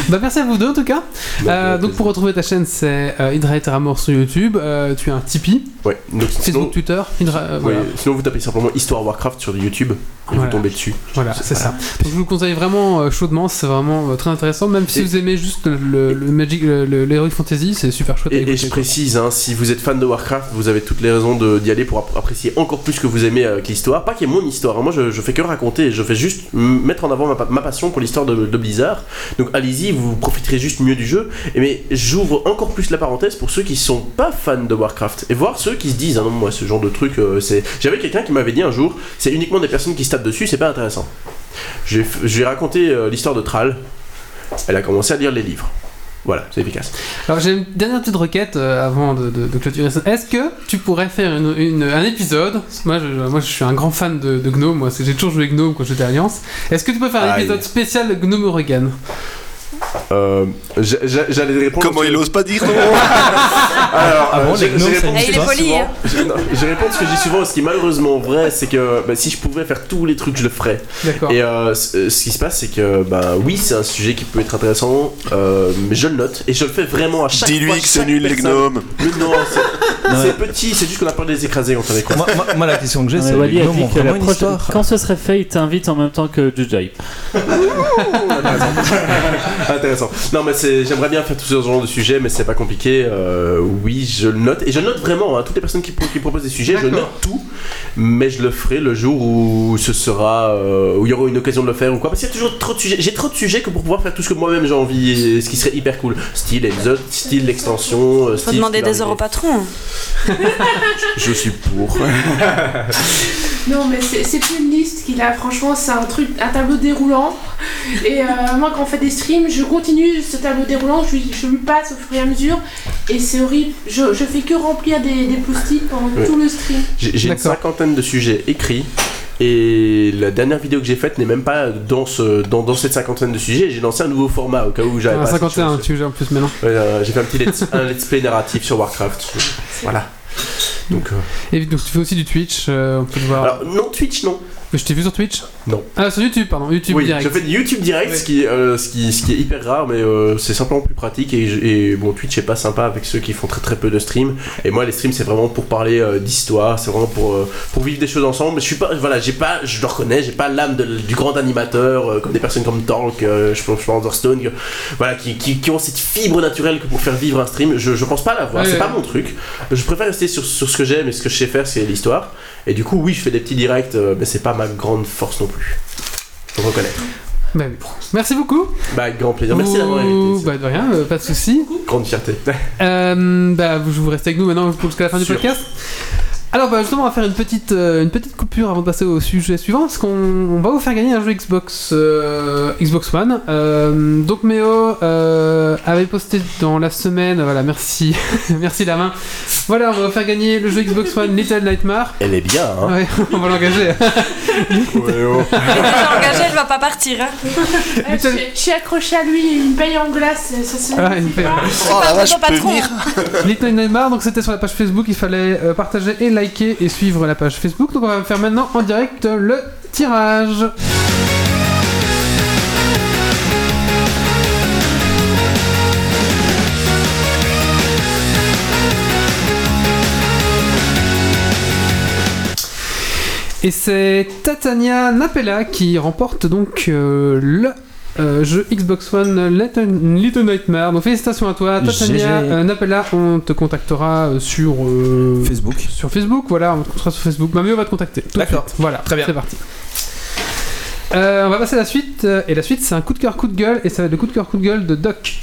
Bah merci à vous deux en tout cas. Euh, avec donc pour retrouver ta chaîne c'est euh, Hydra et Terra Mort sur YouTube. Euh, tu as un Tipeee, Ouais, donc sinon, Facebook, Twitter. Hydra, euh, ouais, voilà. sinon vous tapez simplement Histoire Warcraft sur YouTube et Voilà. vous tombez dessus. Voilà, c'est ça. Donc, je vous le conseille vraiment euh, chaudement, c'est vraiment euh, très intéressant. Même si Et- vous aimez juste le, le- le Magic, le, le- l'Heroic Fantasy, c'est super chouette. à Et, et écouter, je quoi. précise, hein, si vous êtes fan de Warcraft, vous avez toutes les raisons de- d'y aller pour app- apprécier encore plus que vous aimez avec l'histoire. Pas qu'il y ait mon histoire, hein. moi je, je fais que raconter, je fais juste m- mettre en avant ma, pa- ma passion pour l'histoire de, de Blizzard. Donc allez-y, vous profiterez juste mieux du jeu. Et mais j'ouvre encore plus la parenthèse pour ceux qui sont pas fans de Warcraft et voir ceux qui se disent, ah non, moi ce genre de truc, euh, c'est. J'avais quelqu'un qui m'avait dit un jour, c'est uniquement des personnes qui se tapent dessus, c'est pas intéressant. J'ai f- Je lui ai raconté euh, l'histoire de Thrall, elle a commencé à lire les livres. Voilà, c'est efficace. Alors j'ai une dernière petite requête euh, avant de, de- de clôturer ça. Est-ce que tu pourrais faire une- une- un épisode moi je, moi je suis un grand fan de, de Gnome, moi c'est- j'ai toujours joué Gnome quand j'étais à Alliance. Est-ce que tu peux faire un Aïe. épisode spécial Gnome Oregon Euh, j'a- j'a- J'allais répondre. Comment il ose pas dire non Alors, Ah bon, euh, j'ai- les gnomes, j'ai ça répondu Eh, il est souvent- poli, hein. Je non, je réponds ce que je dis souvent, ce qui est malheureusement vrai, c'est que bah, si je pouvais faire tous les trucs, je le ferais. D'accord. Et euh, ce ce qui se passe, c'est que bah oui, c'est un sujet qui peut être intéressant, euh, mais je le note et je le fais vraiment à chaque fois. Dis-lui que c'est chaque nul, les personne. gnomes. Mais non, c'est- Non, c'est petit, c'est juste qu'on a peur de les écraser quand on est quoi. moi, moi- moi, la question que j'ai, Non, Ah, mais c'est Wally les a gnomes dit ont que la vraiment une prochaine- histoire. Quand ce serait fait, il t'invite en même temps que Jujai. Intéressant. Oh, intéressant. Non, mais c'est- j'aimerais bien faire tout ce genre de sujet, mais c'est pas compliqué. Euh, oui, je le note. Et je note vraiment, hein, toutes les personnes qui, pro- qui proposent des sujets, je D'accord. note tout, mais je le ferai le jour où ce sera. euh, où il y aura une occasion de le faire ou quoi. Parce qu'il y a toujours trop de sujets. J'ai trop de sujets que pour pouvoir faire tout ce que moi-même j'ai envie, et ce qui serait hyper cool. Style, les autres, style, l'extension, euh, Faut style. demander des heures au euros patron. hein. Je suis pour. Non, mais c'est c'est plus une liste qu'il a, franchement, c'est un truc, un tableau déroulant. Et euh, moi, quand on fait des streams, je continue ce tableau déroulant, je, lui- je lui passe au fur et à mesure. Et c'est horrible, je, je fais que remplir des, des post-it pendant Ouais. tout le stream. J'ai j'ai une D'accord. cinquantaine de sujets écrits. Et la dernière vidéo que j'ai faite n'est même pas dans, ce, dans, dans cette cinquantaine de sujets. J'ai lancé un nouveau format au cas où j'avais Ah, pas. assez de 51, choses. tu joues en plus maintenant. Ouais, euh, j'ai fait un petit let's, un let's play narratif sur Warcraft. Voilà. Donc, euh, Et donc tu fais aussi du Twitch, euh, on peut le voir. Alors, non, Twitch, non. je t'ai vu sur Twitch Non. Ah, sur YouTube, pardon, YouTube oui, direct. je fais du YouTube direct, ce, qui, est, euh, ce, qui, ce qui est hyper rare, mais euh, c'est simplement plus pratique. Et, je- et, bon, Twitch est pas sympa avec ceux qui font très très peu de streams. Et moi, les streams, c'est vraiment pour parler euh, d'histoire, c'est vraiment pour, euh, pour vivre des choses ensemble. Je suis pas, voilà, j'ai pas, je le reconnais, j'ai pas l'âme de- du grand animateur, euh, comme des personnes comme Talk, euh, je pense, je pense Hearthstone, que- voilà, qui, qui, qui ont cette fibre naturelle que pour faire vivre un stream, je, je pense pas l'avoir. Ouais, c'est ouais. pas mon truc. Je préfère rester sur, sur ce que j'aime et ce que je sais faire, c'est l'histoire. Et du coup, oui, je fais des petits directs, euh, mais c'est pas ma grande force non plus. Faut le reconnaître. Bah oui. Merci beaucoup. Bah, avec grand plaisir. Merci Vous- d'avoir invité. Bah, de rien, euh, pas de soucis. C'est une Grande fierté. Euh, bah, vous, vous restez avec nous maintenant jusqu'à la fin du Sûr. podcast. Alors, bah, justement, on va faire une petite, euh, une petite coupure avant de passer au sujet suivant, parce qu'on on va vous faire gagner un jeu Xbox, euh, Xbox One. Euh, donc, Méo euh, avait posté dans la semaine, voilà, merci, merci la main. Voilà, on va vous faire gagner le jeu Xbox One Little Nightmare. Elle est bien, hein. Ouais, on va l'engager. Ouais, oh. Elle est déjà engagée, elle va pas partir. hein. Ouais, je, je suis accrochée à lui, il me paye en glace, ça se Ah, il me justifie paye en pas. Oh la Pardon, vache, ton je peux patron. hein. venir Little Neymar, donc c'était sur la page Facebook, il fallait euh, partager et liker et suivre la page Facebook. Donc on va faire maintenant en direct le tirage. Et c'est Tatania Napella qui remporte donc euh, le euh, jeu Xbox One Little, Little Nightmare. Donc félicitations à toi, GG. Tatania euh, Napella. On te contactera euh, sur euh, Facebook. sur Facebook. Voilà, on te contactera sur Facebook. Mamie va te contacter. tout de D'accord. suite. Voilà, Très bien. C'est parti. Euh, on va passer à la suite. euh, Et la suite, c'est un coup de cœur, coup de gueule. Et ça va être le coup de cœur, coup de gueule de Doc.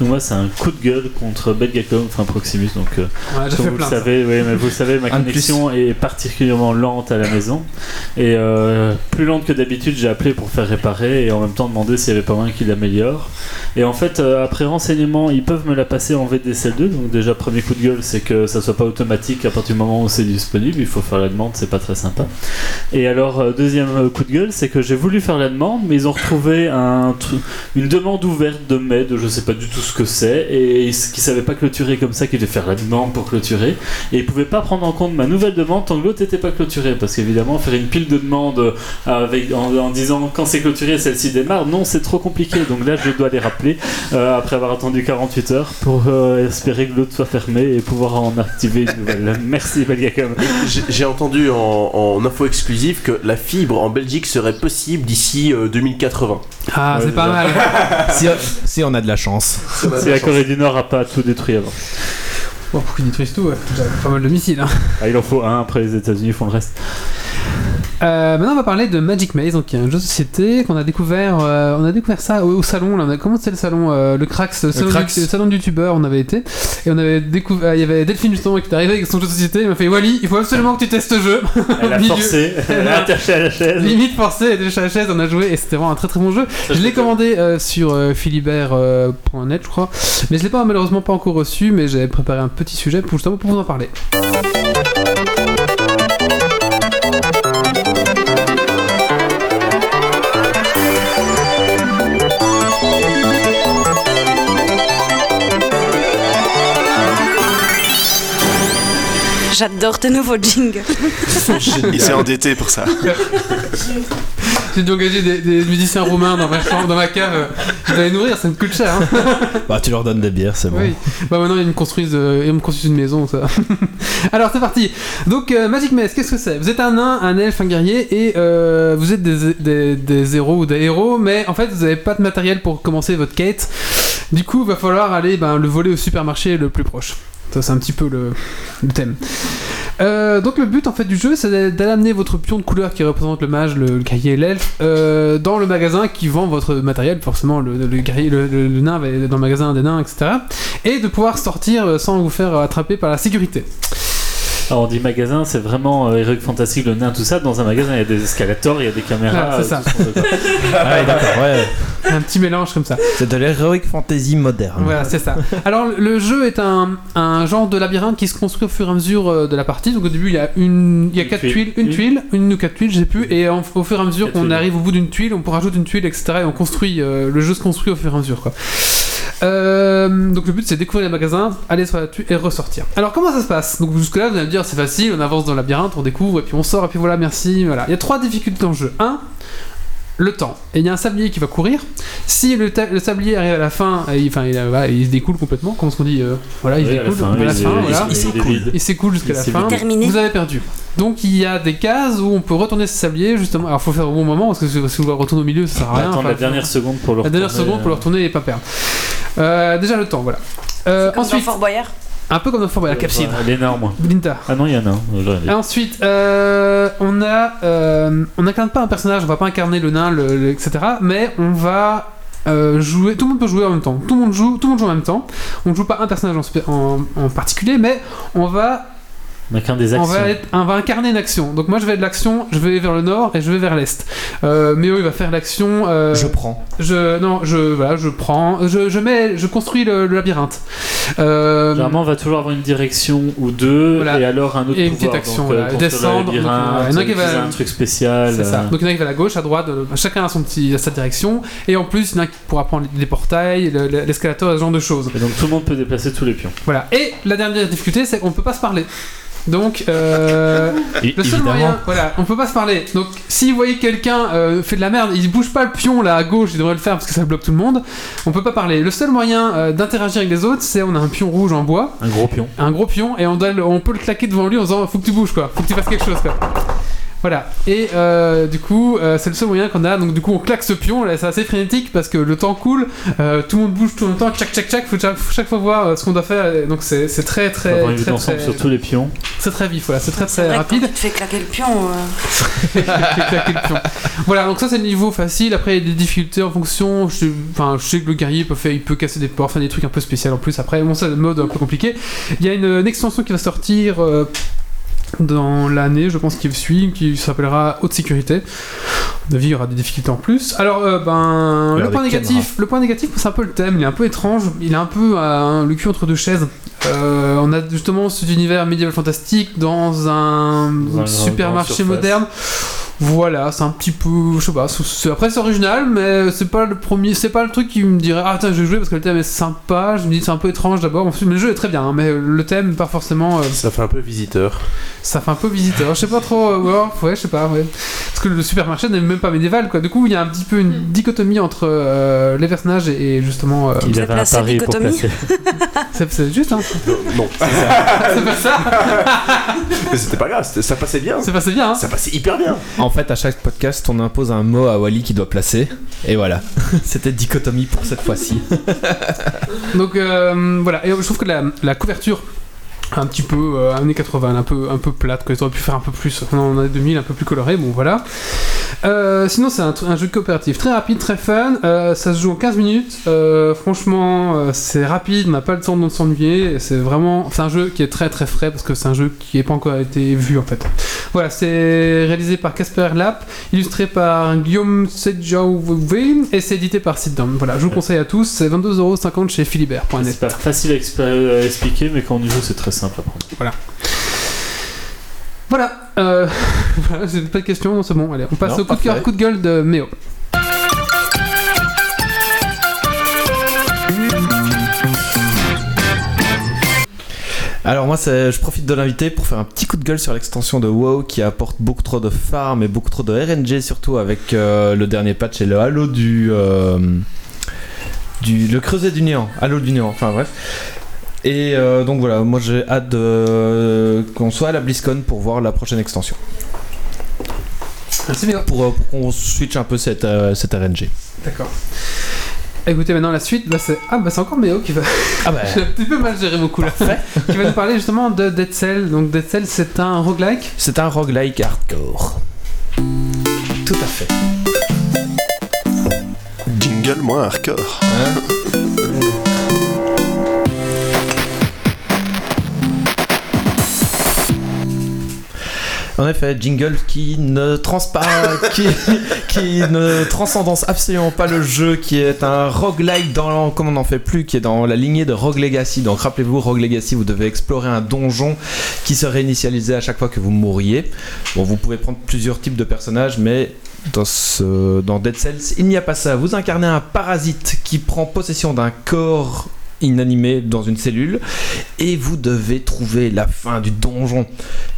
Donc moi, c'est un coup de gueule contre Belgacom, enfin Proximus. Donc, euh, Ouais, j'ai comme Ah, fait vous plein. le savez, oui, mais vous le savez, ma Un de connexion est particulièrement lente à la maison et euh, plus lente que d'habitude. J'ai appelé pour faire réparer et en même temps demander s'il n'y avait pas moyen qu'il l'améliore. Et en fait, euh, après renseignement, ils peuvent me la passer en VDSL2. Donc déjà, premier coup de gueule, c'est que ça soit pas automatique à partir du moment où c'est disponible. Il faut faire la demande, c'est pas très sympa. Et alors, euh, deuxième euh, coup de gueule, c'est que j'ai voulu faire la demande, mais ils ont retrouvé un tru- une demande ouverte de mail de je sais pas du tout ce que c'est, et ils- qu'ils savaient pas clôturer comme ça, qu'ils devaient faire la demande pour clôturer, et ils pouvaient pas prendre en compte ma nouvelle demande tant que l'autre était pas clôturée, parce qu'évidemment, faire une pile de demandes euh, avec, en, en disant quand c'est clôturé, celle-ci démarre, non, c'est trop compliqué, donc là, je dois les rappeler euh, après avoir attendu 48 heures pour euh, espérer que l'autre soit fermé et pouvoir en activer une nouvelle. Merci, Belgacom. J'ai j'ai entendu en, en info exclusive que la fibre en Belgique serait possible d'ici euh, 2080. Ah, Ouais, c'est pas déjà. mal. si, si on a de la chance. Si la Corée du Nord a pas tout détruit avant. Bon, pour qu'ils détruisent tout, ouais. Pas mal de missiles. hein. Ah, il en faut un, après les États-Unis font le reste. Euh, maintenant, on va parler de Magic Maze, donc qui est un jeu de société qu'on a découvert. euh, on a découvert ça au, au salon. Là, on a, comment c'était le salon euh, Le Crax, le salon, Crax. Du, le salon du youtubeur. On avait été et on avait découvert. euh, Il y avait Delphine justement qui est arrivé avec son jeu de société. Il m'a fait Wally, il faut absolument que tu testes ce jeu. Elle a Milieu. forcé, elle a attaché à la chaise. Limite forcé, elle était sur la chaise, on a joué et c'était vraiment un très très bon jeu. Je l'ai commandé euh, sur euh, philibert.net, je crois, mais je l'ai pas malheureusement pas encore reçu. Mais j'avais préparé un petit sujet pour justement pour vous en parler. J'adore tes nouveaux jingles. Il s'est endetté pour ça. J'ai dû engager des, des musiciens roumains dans ma chambre, dans ma cave. Je dois les nourrir, ça me coûte cher. hein. Bah, tu leur donnes des bières, c'est bon. Oui. Bah maintenant ils me construisent, euh, ils me construisent une maison, ça. Alors c'est parti. Donc euh, Magic Mess, qu'est-ce que c'est Vous êtes un nain, un elfe, un guerrier et euh, vous êtes des, des, des héros ou des héros, mais en fait vous n'avez pas de matériel pour commencer votre quête. Du coup, va falloir aller ben, le voler au supermarché le plus proche. Ça c'est un petit peu le, le thème. Euh, donc le but en fait du jeu c'est d'a- d'aller amener votre pion de couleur qui représente le mage, le, le guerrier et l'elfe euh, dans le magasin qui vend votre matériel, forcément le, le, guerrier- le- le- le nain va être dans le magasin des nains, etc. Et de pouvoir sortir euh, sans vous faire attraper par la sécurité. Alors on dit magasin, c'est vraiment euh, Heroic Fantasy, le nain, tout ça. Dans un magasin, il y a des escalators, il y a des caméras. Voilà, c'est euh, tout ce qu'on veut, quoi. Ah, oui, d'accord, ouais. Un petit mélange comme ça. C'est de l'heroic fantasy moderne. Voilà, c'est ça. Alors, le jeu est un, un genre de labyrinthe qui se construit au fur et à mesure euh, de la partie. Donc, au début, il y a, une, il y a Une quatre tuile. tuiles, une Une. tuile, une ou quatre tuiles, je sais plus. Et en- au fur et à mesure Quatre qu'on tuiles. arrive au bout d'une tuile, on rajoute une tuile, etc. Et on construit, euh, le jeu se construit au fur et à mesure, quoi. Euh, donc le but c'est découvrir les magasins, aller sur la tuile et ressortir. Alors comment ça se passe Donc jusque là vous allez me dire c'est facile, on avance dans le labyrinthe, on découvre et puis on sort et puis voilà merci. Voilà. Il y a trois difficultés dans le jeu. Un, le temps. Et il y a un sablier qui va courir. Si le, ta- le sablier arrive à la fin, euh, il, enfin, il, euh, voilà, il se découle complètement, comment est-ce qu'on dit euh, Voilà, il se Oui, à la découle fin, à la il est- fin, il est- voilà. il est s'écoule. vide. Il s'écoule jusqu'à il la s'est fin. terminé. Vous avez perdu. Donc il y a des cases où on peut retourner ce sablier justement. Alors faut faire au bon moment parce que si si vous le retournez au milieu ça sert à On va rien. attendre Ah, Enfin, Bah, la dernière seconde pour le la dernière retourner, seconde pour euh, le retourner et pas perdre. Euh, déjà le temps, voilà. Euh, Comme dans ensuite, Fort Boyard. un peu comme dans Fort Boyard. voilà, Elle est énorme. Linda. Ah non, il y en a un. j'aurais dit. Et ensuite, euh, on a, euh, on n'incarne pas un personnage, on va pas incarner le nain, le, le- etc. Mais on va euh, jouer. Tout le monde peut jouer en même temps. Tout le monde joue, tout le monde joue en même temps. On ne joue pas un personnage en spé- en, en particulier, mais on va, On a qu'un des on actions. va, euh, être- on va incarner une action. Donc moi, je vais de l'action, je vais vers le nord et je vais vers l'est. Euh, Méo, il va faire l'action. euh, Je prends. je- non, je, voilà, je prends, je, je mets, je construis le, le labyrinthe. Euh, Généralement, on va toujours avoir une direction ou deux, Voilà. et alors un autre Et une pouvoir. petite action, donc, euh, voilà. construire Descendre, le labyrinthe, donc, il y en a qui va- utiliser un truc spécial. C'est ça. euh, Donc il y en a qui va à la gauche, à droite, euh, chacun a son petit, sa direction, et en plus il y en a qui pourra prendre les portails, le- le- l'escalator, ce genre de choses. Et donc tout le monde peut déplacer tous les pions. Voilà. Et la dernière difficulté, c'est qu'on peut pas se parler. Donc, euh, Et- le seul évidemment. moyen, voilà, on peut pas se parler. Donc, si vous voyez quelqu'un euh, fait de la merde, il bouge pas le pion là à gauche, il devrait le faire parce que ça bloque tout le monde. On peut pas parler. Le seul moyen euh, d'interagir avec les autres, c'est on a un pion rouge en bois, Un gros pion. un gros pion et on, doit le- on peut le claquer devant lui en disant faut que tu bouges quoi, faut que tu fasses quelque chose quoi. Voilà, et euh, du coup, euh, c'est le seul moyen qu'on a. Donc, du coup, on claque ce pion, là, c'est assez frénétique parce que le temps coule, euh, tout le monde bouge tout le temps, tchac tchac tchac, faut chaque, faut chaque fois voir euh, ce qu'on doit faire. Et Donc, c'est c'est très On va très. avoir une vue très, d'ensemble très- sur tous les pions. C'est très vif, voilà, c'est très C'est très vrai que quand rapide. tu te fais claquer le pion. euh, J'ai claqué le pion. Voilà, donc ça, c'est le niveau facile. Après, il y a des difficultés en fonction. Je, enfin, je sais que le guerrier peut, faire, il peut casser des portes, faire des trucs un peu spéciaux en plus. Après, bon, ça, le mode un peu compliqué. Il y a une, une extension qui va sortir euh, dans l'année, je pense, qui suit, qui s'appellera Haute Sécurité. De vie, il y aura des difficultés en plus. Alors, euh, ben, le avec point, Kenra. hein. négatif, le point négatif, c'est un peu le thème. Il est un peu étrange. Il est un peu euh, le cul entre deux chaises. Euh, on a justement cet univers médiéval fantastique dans un, Dans un supermarché grand surface. moderne. Voilà, c'est un petit peu, je sais pas. c'est- c'est- après, c'est original, mais c'est pas le premier, c'est pas le truc qui me dirait ah tiens, je vais jouer parce que le thème est sympa. Je me dis c'est un peu étrange d'abord. Ensuite, mais le jeu est très bien, hein, mais le thème pas forcément. euh, Ça fait un peu visiteur. ça fait un peu visiteur, je sais pas trop, euh, ouais, ouais, je sais pas, ouais. Parce que le supermarché n'est même pas médiéval, quoi. Du coup, il y a un petit peu une dichotomie entre euh, les personnages et, et justement. euh, Il Vous avait êtes un la seule pari pour dichotomie placer. c'est- c'est juste, hein. Non, C'est pas ça, mais c'était pas grave, c'était- ça passait bien. c'est passé bien, hein. Ça passait hyper bien. En fait, à chaque podcast, on impose un mot à Wally qui doit placer. Et voilà. C'était dichotomie pour cette fois-ci. Donc euh, voilà, et je trouve que la, la couverture un petit peu euh, années 80, elle est un peu un peu plate, que tu aurais pu faire un peu plus. On en a 2000 un peu plus coloré, bon voilà. Euh, sinon c'est un, tr- un jeu coopératif très rapide, très fun. euh, ça se joue en 15 minutes. euh, franchement, euh, c'est rapide, on n'a pas le temps de s'ennuyer. et C'est vraiment, c'est un jeu qui est très très frais parce que c'est un jeu qui n'est pas encore été vu en fait. Voilà, c'est réalisé par Casper Lap, illustré par Guillaume Sejaouvé et c'est édité par Siddom. Voilà, je vous conseille à tous. C'est 22,50€ chez Philibert.net. C'est pas facile à expé- à expliquer, mais quand on y joue, c'est très simple à prendre. Voilà, euh, voilà, j'ai pas de questions, non, c'est bon, allez, on passe Non, au coup de cœur, parfait. coup de gueule de Méo. Alors moi, c'est- je profite de l'invité pour faire un petit coup de gueule sur l'extension de WoW qui apporte beaucoup trop de farm et beaucoup trop de RNG, surtout avec euh, le dernier patch et le halo du... euh, du le creuset du néant. Halo du néant, enfin bref. Et euh, donc voilà, moi j'ai hâte de, qu'on soit à la BlizzCon pour voir la prochaine extension. Merci bien. Pour, euh, pour qu'on switch un peu cette, euh, cette RNG. D'accord. Écoutez, maintenant la suite, bah, c'est ah bah c'est encore Méo qui va. Ah bah... J'ai un petit peu mal géré mon coup là. qui va nous parler justement de Dead Cell. Donc Dead Cell, c'est un roguelike. C'est un roguelike hardcore. Tout à fait. Jingle moins hardcore. En effet, jingle qui ne transpare, qui, qui ne transcendance absolument pas le jeu, qui est un roguelike dans, comme on n'en fait plus, qui est dans la lignée de Rogue Legacy. Donc rappelez-vous, Rogue Legacy, vous devez explorer un donjon qui se réinitialisait à chaque fois que vous mouriez. Bon, vous pouvez prendre plusieurs types de personnages, mais dans, ce- dans Dead Cells, il n'y a pas ça. Vous incarnez un parasite qui prend possession d'un corps inanimé dans une cellule et vous devez trouver la fin du donjon.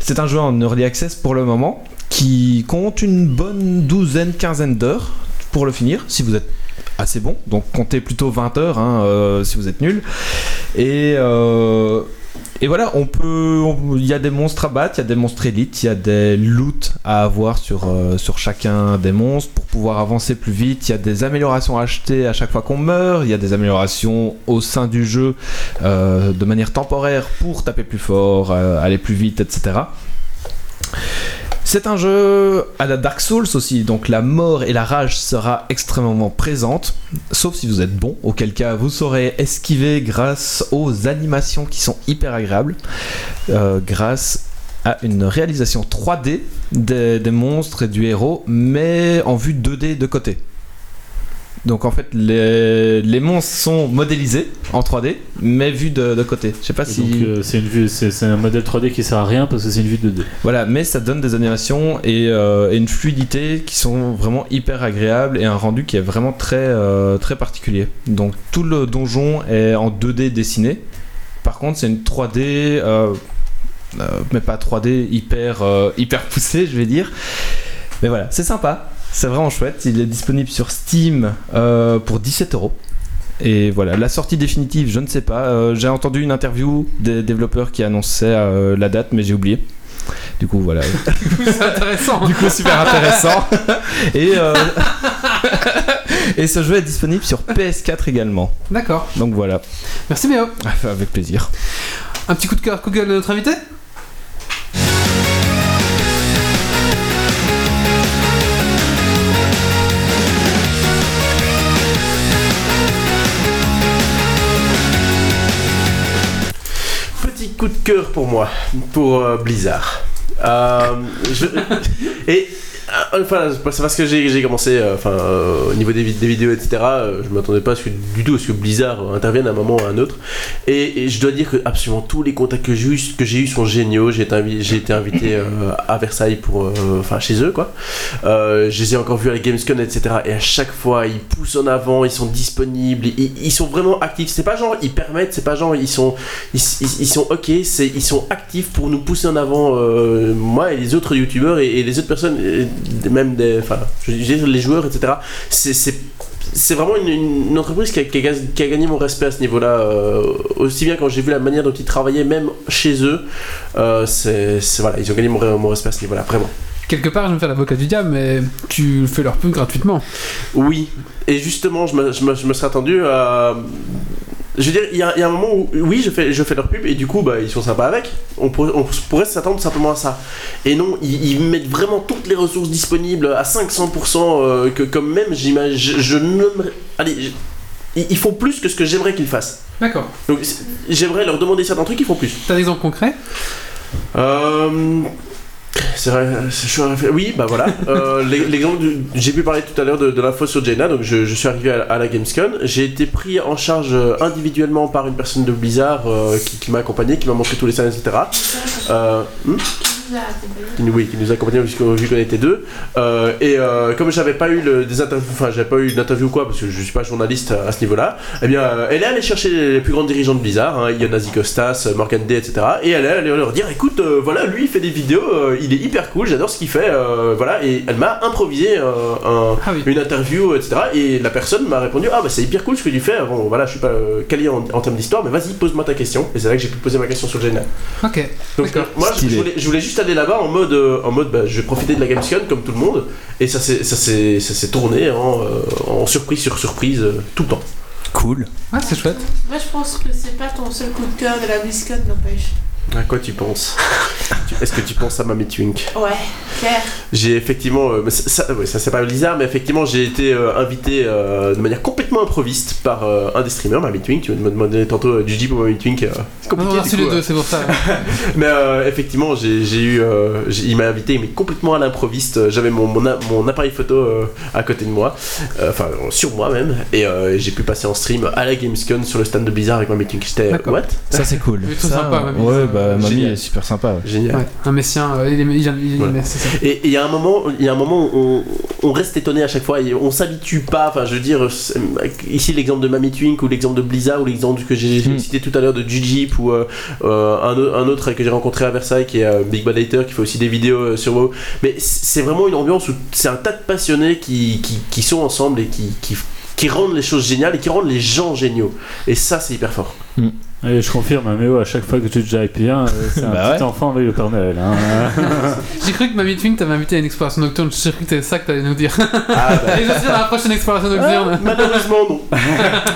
C'est un jeu en early access pour le moment qui compte une bonne douzaine, quinzaine d'heures pour le finir si vous êtes assez bon. Donc comptez plutôt 20 heures hein, euh, si vous êtes nul. Et, euh, et voilà, on peut, on- il y a des monstres à battre, il y a des monstres élites, il y a des loots à avoir sur, euh, sur chacun des monstres pour pouvoir avancer plus vite. Il y a des améliorations à acheter à chaque fois qu'on meurt, il y a des améliorations au sein du jeu euh, de manière temporaire pour taper plus fort, euh, aller plus vite, etc. C'est un jeu à la Dark Souls aussi, donc la mort et la rage sera extrêmement présente, sauf si vous êtes bon, auquel cas vous saurez esquiver grâce aux animations qui sont hyper agréables, euh, grâce à une réalisation 3D des, des monstres et du héros, mais en vue 2D de côté. Donc en fait, les, les monstres sont modélisés en 3D, mais vus de, de côté. Je sais pas si... Donc euh, c'est une vue, c'est c'est un modèle 3D qui sert à rien parce que c'est une vue 2D. Voilà, mais ça donne des animations et, euh, et une fluidité qui sont vraiment hyper agréables et un rendu qui est vraiment très, euh, très particulier. Donc tout le donjon est en 2D dessiné. Par contre, c'est une 3D, euh, euh, mais pas 3D hyper, euh, hyper poussée, je vais dire. Mais voilà, c'est sympa. C'est vraiment chouette. Il est disponible sur Steam euh, pour 17 euros. Et voilà, la sortie définitive, je ne sais pas. Euh, j'ai entendu une interview des développeurs qui annonçaient euh, la date, mais j'ai oublié. Du coup, voilà. c'est intéressant. Du coup, super intéressant. Et, euh, Et ce jeu est disponible sur PS4 également. D'accord. Donc voilà, Merci Méo. Ah, bah, avec plaisir. Un petit coup de cœur Google de notre invité. Petit coup de cœur pour moi, pour euh, Blizzard. Euh, je- et euh, enfin, c'est parce que j'ai j'ai commencé, euh, enfin, euh, au niveau des, vid- des vidéos, etc. euh, je m'attendais pas à ce que- du tout à ce que Blizzard euh, intervienne à un moment ou à un autre. Et, et je dois dire que absolument tous les contacts que j'ai eu, que j'ai eu sont géniaux. J'ai été, invi- j'ai été invité euh, à Versailles pour, euh, enfin, chez eux, quoi. Euh, je les ai encore vus à la Gamescom, etc. Et à chaque fois, ils poussent en avant, ils sont disponibles, ils, ils sont vraiment actifs. C'est pas genre ils permettent, c'est pas genre ils sont ils, ils- ils sont ok, c'est ils sont actifs pour nous pousser en avant, euh, moi et les autres youtubeurs et, et les autres personnes, et même des, enfin, je veux dire les joueurs, etc. C'est- C'est c'est vraiment une, une- une entreprise qui a, qui a- qui a gagné mon respect à ce niveau-là. euh, aussi bien quand j'ai vu la manière dont ils travaillaient, même chez eux, euh, c'est c'est- voilà, ils ont gagné mon, re- mon respect à ce niveau-là, vraiment. Quelque part, je vais me faire l'avocat du diable, mais tu fais leur pub gratuitement. Oui, et justement, je me, je me- je me serais attendu à. Je veux dire, il y, a il y a un moment où, oui, je fais, je fais leur pub et du coup, bah, ils sont sympas avec. On, pourrait- on pourrait s'attendre simplement à ça. Et non, ils, ils mettent vraiment toutes les ressources disponibles à 500%, euh, que comme même, j'imagine, je, je nommerais- Allez, je- ils ils font plus que ce que j'aimerais qu'ils fassent. D'accord. Donc, c'est- j'aimerais leur demander certains trucs, ils font plus. T'as un exemple concret Euh, C'est vrai, c'est chaud à réfléchir. Oui, bah voilà. Euh, l'e- L'exemple, du- j'ai pu parler tout à l'heure de, de l'info sur Jaina, donc je, je suis arrivé à, la- à la Gamescom. J'ai été pris en charge euh, individuellement par une personne de Blizzard euh, qui, qui m'a accompagné, qui m'a montré tous les scènes, etc. Euh, hmm nous a accompagnés. qui nous, oui, qui nous accompagnait puisqu'on- vu qu'on était deux. Euh, et euh, comme j'avais pas eu le, des interviews, enfin j'avais pas eu d'interview ou quoi, parce que je suis pas journaliste à, à ce niveau-là, eh bien euh, elle est allée chercher les, les plus grands dirigeants de Blizzard, hein, Ionazi Costas, euh, Morgan Day, etc. Et elle est allée leur dire écoute, euh, voilà, lui il fait des vidéos, euh, il est hyper cool, j'adore ce qu'il fait, euh, voilà, et elle m'a improvisé euh, un, Ah oui. une interview, etc. Et la personne m'a répondu Ah, bah c'est hyper cool ce que tu fais. Bon, voilà, je suis pas euh, calé en, en termes d'histoire, mais vas-y, pose-moi ta question. Et c'est là que j'ai pu poser ma question sur le général. Ok. Donc, D'accord. moi, je, Stylé. je voulais, je voulais juste aller là-bas en mode, euh, en mode bah, je vais profiter de la Gamescom comme tout le monde. Et ça s'est ça s'est- ça s'est tourné en, euh, en surprise sur surprise euh, tout le temps. Cool. Ah, c'est chouette. Moi, je pense que c'est pas ton seul coup de cœur de la BlizzCon, n'empêche. À quoi tu penses Tu- Est-ce que tu penses à Mamie Twink Ouais, clair. J'ai effectivement, euh, mais ça, ça, ouais, ça, c'est pas bizarre, mais effectivement j'ai été euh, invité euh, de manière complètement improviste par euh, un des streamers, Mamie Twink. Tu me demandais tantôt euh, du Jeep ou Mamie Twink. euh, c'est On compliqué. a du reçu coup, les euh, deux, c'est pour ça. Mais euh, effectivement, j'ai j'ai eu, euh, j'ai- il m'a invité, mais complètement à l'improviste. Euh, J'avais mon, mon, a- mon appareil photo euh, à côté de moi, Euh, enfin euh, sur moi même, et euh, j'ai pu passer en stream à la Gamescom sur le stand de Blizzard avec ma meeting. J'étais euh, D'accord. what Ça, c'est cool. Mais trop ça, sympa, mamie. Ouais, bah, mamie Génial. est super sympa. ouais. Génial. Ouais, un messien, euh, il est, il est- il est- Voilà. c'est ça. Et et il y a un moment, il y a un moment, où on, on reste étonné à chaque fois et on s'habitue pas. Enfin, je veux dire, c'est- ici l'exemple de Mamie Twink ou l'exemple de Blizzard ou l'exemple que j'ai Hmm. cité tout à l'heure de Jujip ou euh, euh, un, au- un autre que j'ai rencontré à Versailles qui est euh, Big Bad Hater qui fait aussi des vidéos euh, sur WoW. Mais c'est vraiment une ambiance où c'est un tas de passionnés qui, qui, qui sont ensemble et qui, qui, qui rendent les choses géniales et qui rendent les gens géniaux. Et ça, c'est hyper fort. Et je confirme, hein, mais ouais, à chaque fois que tu jack bien, euh, c'est un Bah petit ouais. enfant avec le Père Noël. hein. J'ai cru que Mamie Twink t'avait invité à une exploration nocturne, j'ai cru que c'était ça que t'allais nous dire. Ah, bah, Allez, je suis dans la prochaine exploration nocturne. Euh, malheureusement, non.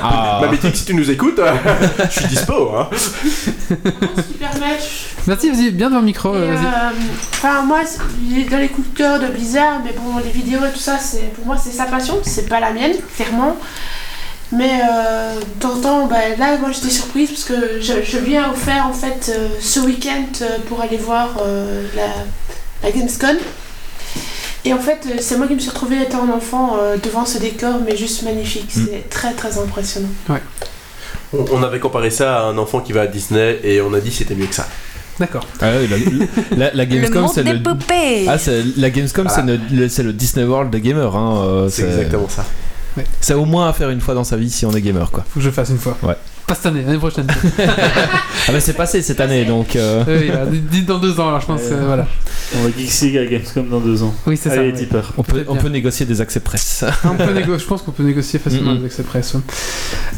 Ah. Mamie Twink, si tu nous écoutes, je suis dispo. Hein. Super match. Merci, vas-y, bien devant le micro, Et, euh, vas-y. euh, Enfin, moi, c'est- il est dans les coups de cœur de Blizzard, mais bon, les vidéos et tout ça, c'est pour moi, c'est sa passion, c'est pas la mienne, clairement. Mais euh, de temps en temps, bah, là, moi, j'étais surprise parce que je, je lui ai offert, en fait, euh, ce week-end euh, pour aller voir euh, la, la Gamescon. Et en fait, euh, c'est moi qui me suis retrouvée étant un enfant euh, devant ce décor, mais juste magnifique. Mm. C'est très, très impressionnant. On, on avait comparé ça à un enfant qui va à Disney et on a dit c'était mieux que ça. D'accord. Ah ouais, la, la- la le Gamescom, monde c'est des le. poupées Ah, c'est- la Gamescom, Ah. c'est le, le- c'est le Disney World des gamers. Hein. euh, C'est exactement ça. C'est au moins à faire une fois dans sa vie si on est gamer, quoi. Faut que je le fasse une fois. Ouais. Pas cette année, l'année prochaine. Ah, bah, c'est passé cette année, donc. euh, oui, oui, là, dites dans deux ans, alors je pense que Euh, voilà. On va Geeks League à Gamescom dans deux ans. Oui, c'est ça. Allez, ouais. Tipper. On peut, Très on bien. peut négocier des accès presse. On peut négo- je pense qu'on peut négocier facilement Mhm. avec cette presse. ouais.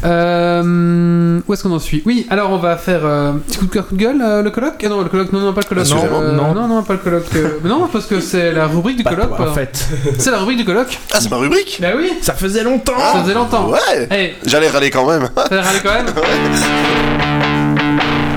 Euh, où est-ce qu'on en suit Oui, alors on va faire euh, petit coup de cœur, coup de gueule, euh, le colloque Ah Non, le colloque, non, non, pas le colloque. Non, euh, non. non, non, pas le colloque. euh, mais non, parce que c'est la rubrique du Pas colloque. toi, pardon. En fait, C'est la rubrique du colloque. Ah, c'est ma rubrique Ah, Bah oui, ça faisait longtemps. ça faisait longtemps. Ouais Eh, J'allais râler quand même. ça râle quand même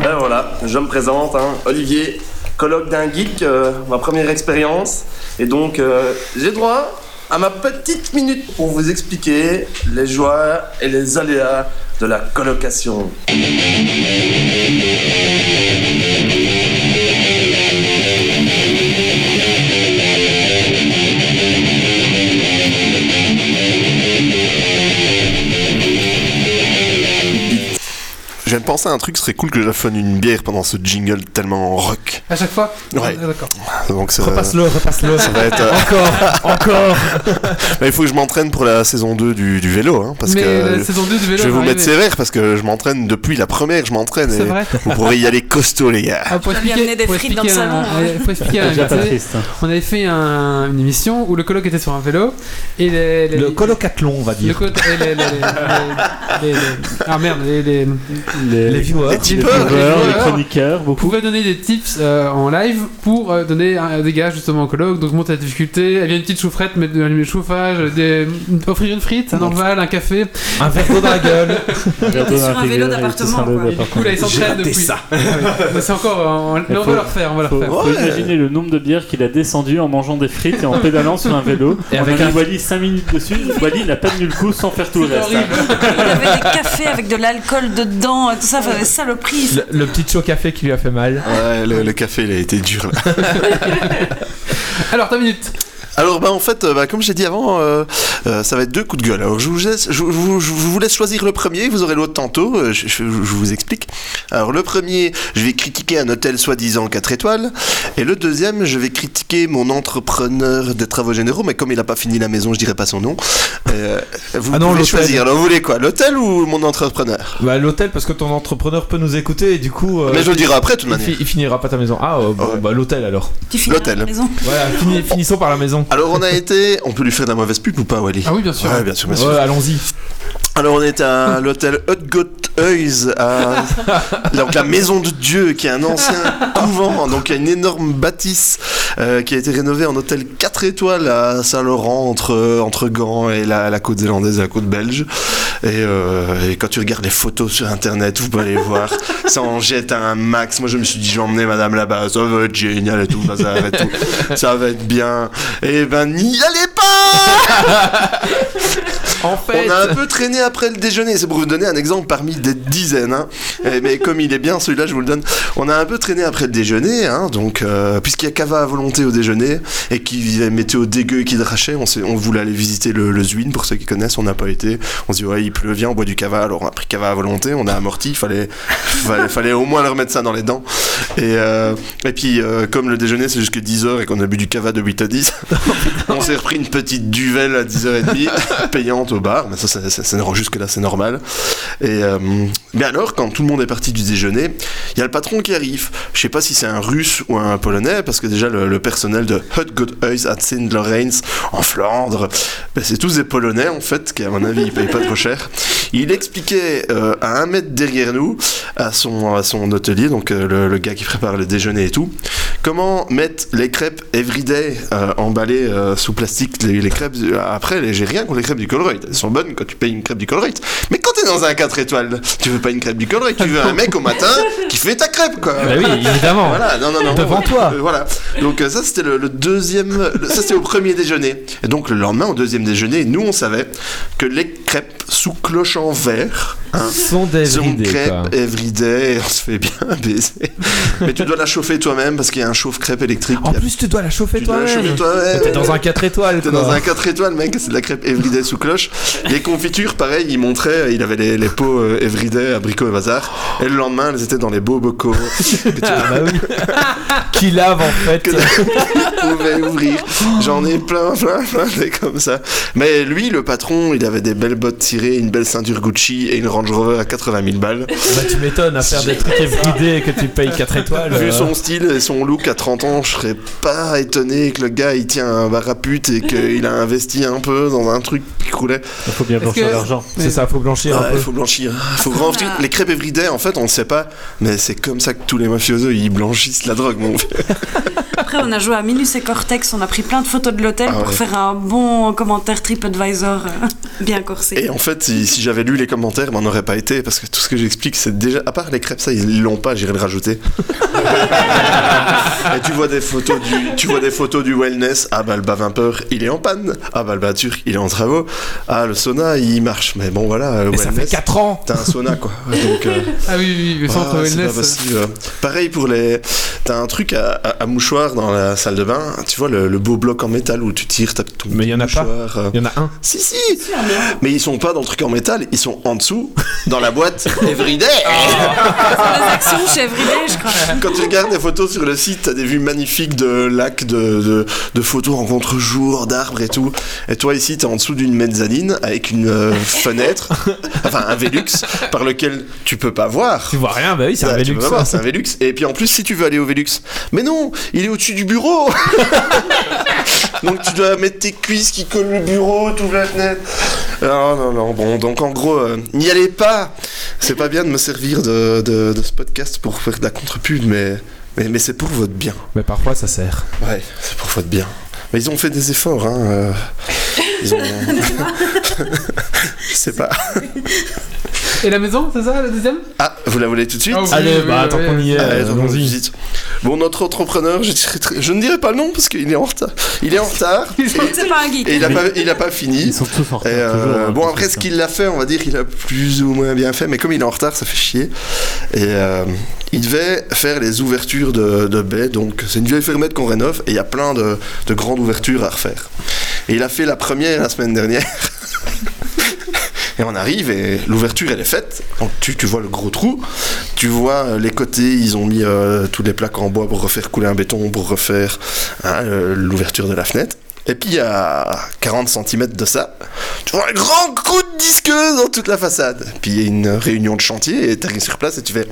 Ben voilà, je me présente, hein, Olivier, colloque d'un geek, euh, ma première expérience. Et donc, euh, j'ai droit à ma petite minute pour vous expliquer les joies et les aléas de la colocation. Je viens de penser à un truc, ce serait cool que j'affonne une bière pendant ce jingle tellement rock. À chaque fois Ouais. Ah, D'accord. Donc ça, va- Repasse-le, repasse-le. ça va être... euh, Encore, encore. bah, il faut que je m'entraîne pour la saison 2 du, du vélo, hein, parce Mais que... la saison 2 du vélo. Je vais va vous mettre arriver. sévère parce que je m'entraîne depuis la première, je m'entraîne C'est et vrai. vous pourrez y aller costaud les gars. Ah, pour Je vais lui expliquer- amener des pour frites dans le expliquer salon, à- ouais. pour expliquer à Déjà pas l'invité, triste. hein. on avait fait un- une émission où le colloque était sur un vélo et les, les- Le colocathlon, on va Le dire. côté. les- les- les- les- les- les- Ah merde, les, les... vous Les viewers. Les tipeurs, les, viewers, les les viewers. chroniqueurs, beaucoup. pouvez donner des tips euh, en live pour euh, donner euh, des gages justement au colloque. Donc monter la difficulté, elle vient une petite chaufferette, mettre de l'allumer le chauffage, des- offrir une frite, un orval, un café. Un verre d'eau dans la gueule. Sur un vélo d'appartement, quoi. Et du coup là ils s'entraînent depuis. Mais c'est encore. euh, on- mais on faut- va le refaire, on va le Faut, refaire. faut imaginer le nombre de bières qu'il a descendu en mangeant des frites et en pédalant sur un vélo. Et Et avec avec un- Wally 5 minutes dessus, Wally il a pas tenu le coup sans faire tout le C'est reste. horrible. Il avait des cafés avec de l'alcool dedans et tout ça, enfin, des saloperies. Le, le petit chaud café qui lui a fait mal. Ouais, le, le café il a été dur là. Alors ta minute. Alors bah en fait, euh, bah, comme j'ai dit avant, euh, euh, ça va être deux coups de gueule. Alors je vous laisse, je, je vous- je vous laisse choisir le premier, vous aurez l'autre tantôt, euh, je, je- je vous explique. Alors le premier, je vais critiquer un hôtel soi-disant 4 étoiles, et le deuxième, je vais critiquer mon entrepreneur des travaux généraux, mais comme il n'a pas fini la maison, je dirai pas son nom. Euh, vous Ah non, pouvez l'hôtel. choisir, alors vous voulez quoi, l'hôtel ou mon entrepreneur Bah, l'hôtel, parce que ton entrepreneur peut nous écouter et du coup. euh, Mais je le dirai après de toute il, manière. fi- il finira pas ta maison. Ah, euh, bon, Ouais. bah, l'hôtel alors. Tu finis L'hôtel. la maison. Voilà, fini- finissons par la maison. Alors on a été, on peut lui faire de la mauvaise pub ou pas Wally Ah oui, bien sûr. Ouais, bien sûr, bien sûr. Ouais, allons-y. Alors on est à l'hôtel Hutgotheus, à... donc la maison de Dieu, qui est un ancien couvent, donc il y a une énorme bâtisse euh, qui a été rénovée en hôtel 4 étoiles à Saint-Laurent, entre, entre Gand et la, la côte zélandaise et la côte belge. Et, euh, et quand tu regardes les photos sur internet, vous pouvez les voir, ça en jette un max. Moi je me suis dit, je vais emmener madame là-bas, ça va être génial et tout, le bazar et tout, ça va être bien. Et ben n'y allez pas En fait. on a un peu traîné après le déjeuner, c'est pour vous donner un exemple parmi des dizaines. hein. Eh, Mais comme il est bien celui-là, je vous le donne. On a un peu traîné après le déjeuner, hein, donc euh, puisqu'il y a Cava à volonté au déjeuner et qui vivait météo dégueu et qui drachait, on, s'est- on voulait aller visiter le, le Zwin pour ceux qui connaissent, on n'a pas été. On se dit ouais, il pleut, viens, on boit du Cava. Alors on a pris Cava à volonté, on a amorti, il fallait, fallait, fallait au moins leur mettre ça dans les dents. Et, euh, et puis euh, comme le déjeuner c'est jusque 10h et qu'on a bu du Cava de 8 à 10, on s'est repris une petite duvel à 10h30 payante au bar, mais ça, ça, ça- ça- jusque-là, c'est normal. Et, euh, mais alors, quand tout le monde est parti du déjeuner, il y a le patron qui arrive. Je sais pas si c'est un russe ou un polonais, parce que déjà, le, le personnel de Hutgotheus à St. Lawrence, en Flandre, ben, c'est tous des polonais, en fait, qui, à mon avis, ils payent pas trop cher. Il expliquait euh, à un mètre derrière nous, à son, à son hôtelier, donc euh, le, le gars qui prépare le déjeuner et tout, Comment mettre les crêpes everyday euh, emballées euh, sous plastique les, les crêpes euh, après les- j'ai rien contre les crêpes du Colruyt elles sont bonnes quand tu payes une crêpe du Colruyt mais quand t'es dans un 4 étoiles tu veux pas une crêpe du Colruyt tu veux un mec au matin qui fait ta crêpe quoi Bah oui, évidemment. Ah, voilà, non, non, non. Devant toi. Euh, voilà. Donc euh, ça, c'était le, le deuxième. le- ça, c'était au premier déjeuner. Et donc le lendemain, au deuxième déjeuner, nous, on savait que les crêpes sous cloche en verre, hein, Sont des Zone bridés, crêpe, quoi. everyday, on se fait bien baiser. Mais tu dois la chauffer toi-même parce qu'il y a un chauffe-crêpe électrique. En Il y a- plus, tu dois la chauffer tu dois la chauffer toi-même. toi-même. T'es dans un 4 étoiles, Euh, T'es quoi. dans un 4 étoiles, mec, c'est de la crêpe everyday sous cloche. Les confitures, pareil, il montrait, il avait les, les pots euh, everyday, abricot et bazar. Et le lendemain, elles étaient dans les beaux bocaux que tu Ah, bah oui. Qui lave, en fait. que tu pouvais ouvrir. J'en ai plein, plein, plein, des comme ça. Mais lui, le patron, il avait des belles bottes tirées, une belle ceinture Gucci et une Range Rover à 80 000 balles. Bah, tu m'étonnes à faire des trucs everyday que tu payes 4 étoiles. Vu euh, son style et son look à 30 ans, je serais pas étonné que le gars il tient un bar à pute et qu'il a investi un peu dans un truc qui roulait. Il faut bien Est-ce blanchir que- l'argent. Mais- C'est ça, faut blanchir Ah, un il peu. faut blanchir, il faut blanchir. Les crêpes everyday, en fait, on ne sait pas, mais c'est comme ça que tous les mafiosos ils blanchissent la drogue, mon Après, on a joué à Minus et Cortex, on a pris plein de photos de l'hôtel Ah pour ouais. faire un bon commentaire TripAdvisor euh, bien corsé. Et en fait, si, si j'avais lu les commentaires, ben, on n'aurait pas été, parce que tout ce que j'explique, c'est déjà. À part les crêpes, ça, ils l'ont pas, j'irai le rajouter. Et tu vois des photos du, tu vois des photos du wellness. Ah bah le bas vapeur, il est en panne. Ah bah le bas turc, il est en travaux. Ah le sauna, il marche. Mais bon voilà, le Et ça fait wellness. 4 ans. T'as un sauna quoi. Donc. euh, Ah oui, oui, oui, le centre ah, c'est pas wellness. possible. Pareil pour les. T'as un truc à, à- à mouchoir dans la salle de bain. Tu vois le, le beau bloc en métal où tu tires, t'as ton Mais y en a pas. mouchoir, euh, Il y en a un. si, si Mais ils sont pas dans le truc en métal, ils sont en dessous, dans la boîte Everyday ah. C'est des actions chez Everyday, je crois. Quand tu regardes des photos sur le site, t'as des vues magnifiques de lacs, de, de, de photos en contre-jour, d'arbres et tout. Et toi, ici, t'es en dessous d'une mezzanine avec une euh, fenêtre, enfin un Velux, par lequel tu peux pas voir. Tu vois rien, bah oui, c'est un Ah, tu Velux. peux voir, c'est un Velux. Et puis en plus, si tu veux aller au Velux, mais non, il est au-dessus du bureau. donc tu dois mettre tes cuisses qui collent le bureau, tout la fenêtre. Ah, Non, non, non. Bon, donc en gros, euh, n'y allez pas. C'est pas bien de me servir de, de- de ce podcast pour faire de la contre-pub, mais, mais, mais c'est pour votre bien. Mais parfois, ça sert. Ouais, c'est pour votre bien. Mais ils ont fait des efforts, hein. euh, ils ont. Je sais pas. Et la maison, c'est ça, la deuxième Ah, vous la voulez tout de suite Ah oui. Allez, bah, oui, attends oui, qu'on y est, Allez, Ah, attends, allons-y. tout de suite. Bon, notre entrepreneur, je, dirais très- je ne dirai pas le nom parce qu'il est en retard. Il est en retard C'est pas un geek. et il n'a pas, il a pas fini. Ils sont tous en Et, retard. euh, toujours, hein, bon tous après comme ce ça. qu'il a fait on va dire il a plus ou moins bien fait mais comme il est en retard ça fait chier et euh, il devait faire les ouvertures de, de baies donc c'est une vieille fermette qu'on rénove et il y a plein de, de grandes ouvertures à refaire et il a fait la première la semaine dernière Et on arrive et l'ouverture elle est faite. Donc tu, tu vois le gros trou, tu vois euh, les côtés, ils ont mis euh, toutes les plaques en bois pour refaire couler un béton, pour refaire hein, euh, l'ouverture de la fenêtre. Et puis à 40 cm de ça, tu vois un grand coup de disqueuse dans toute la façade. Puis il y a une réunion de chantier et t'arrives sur place et tu fais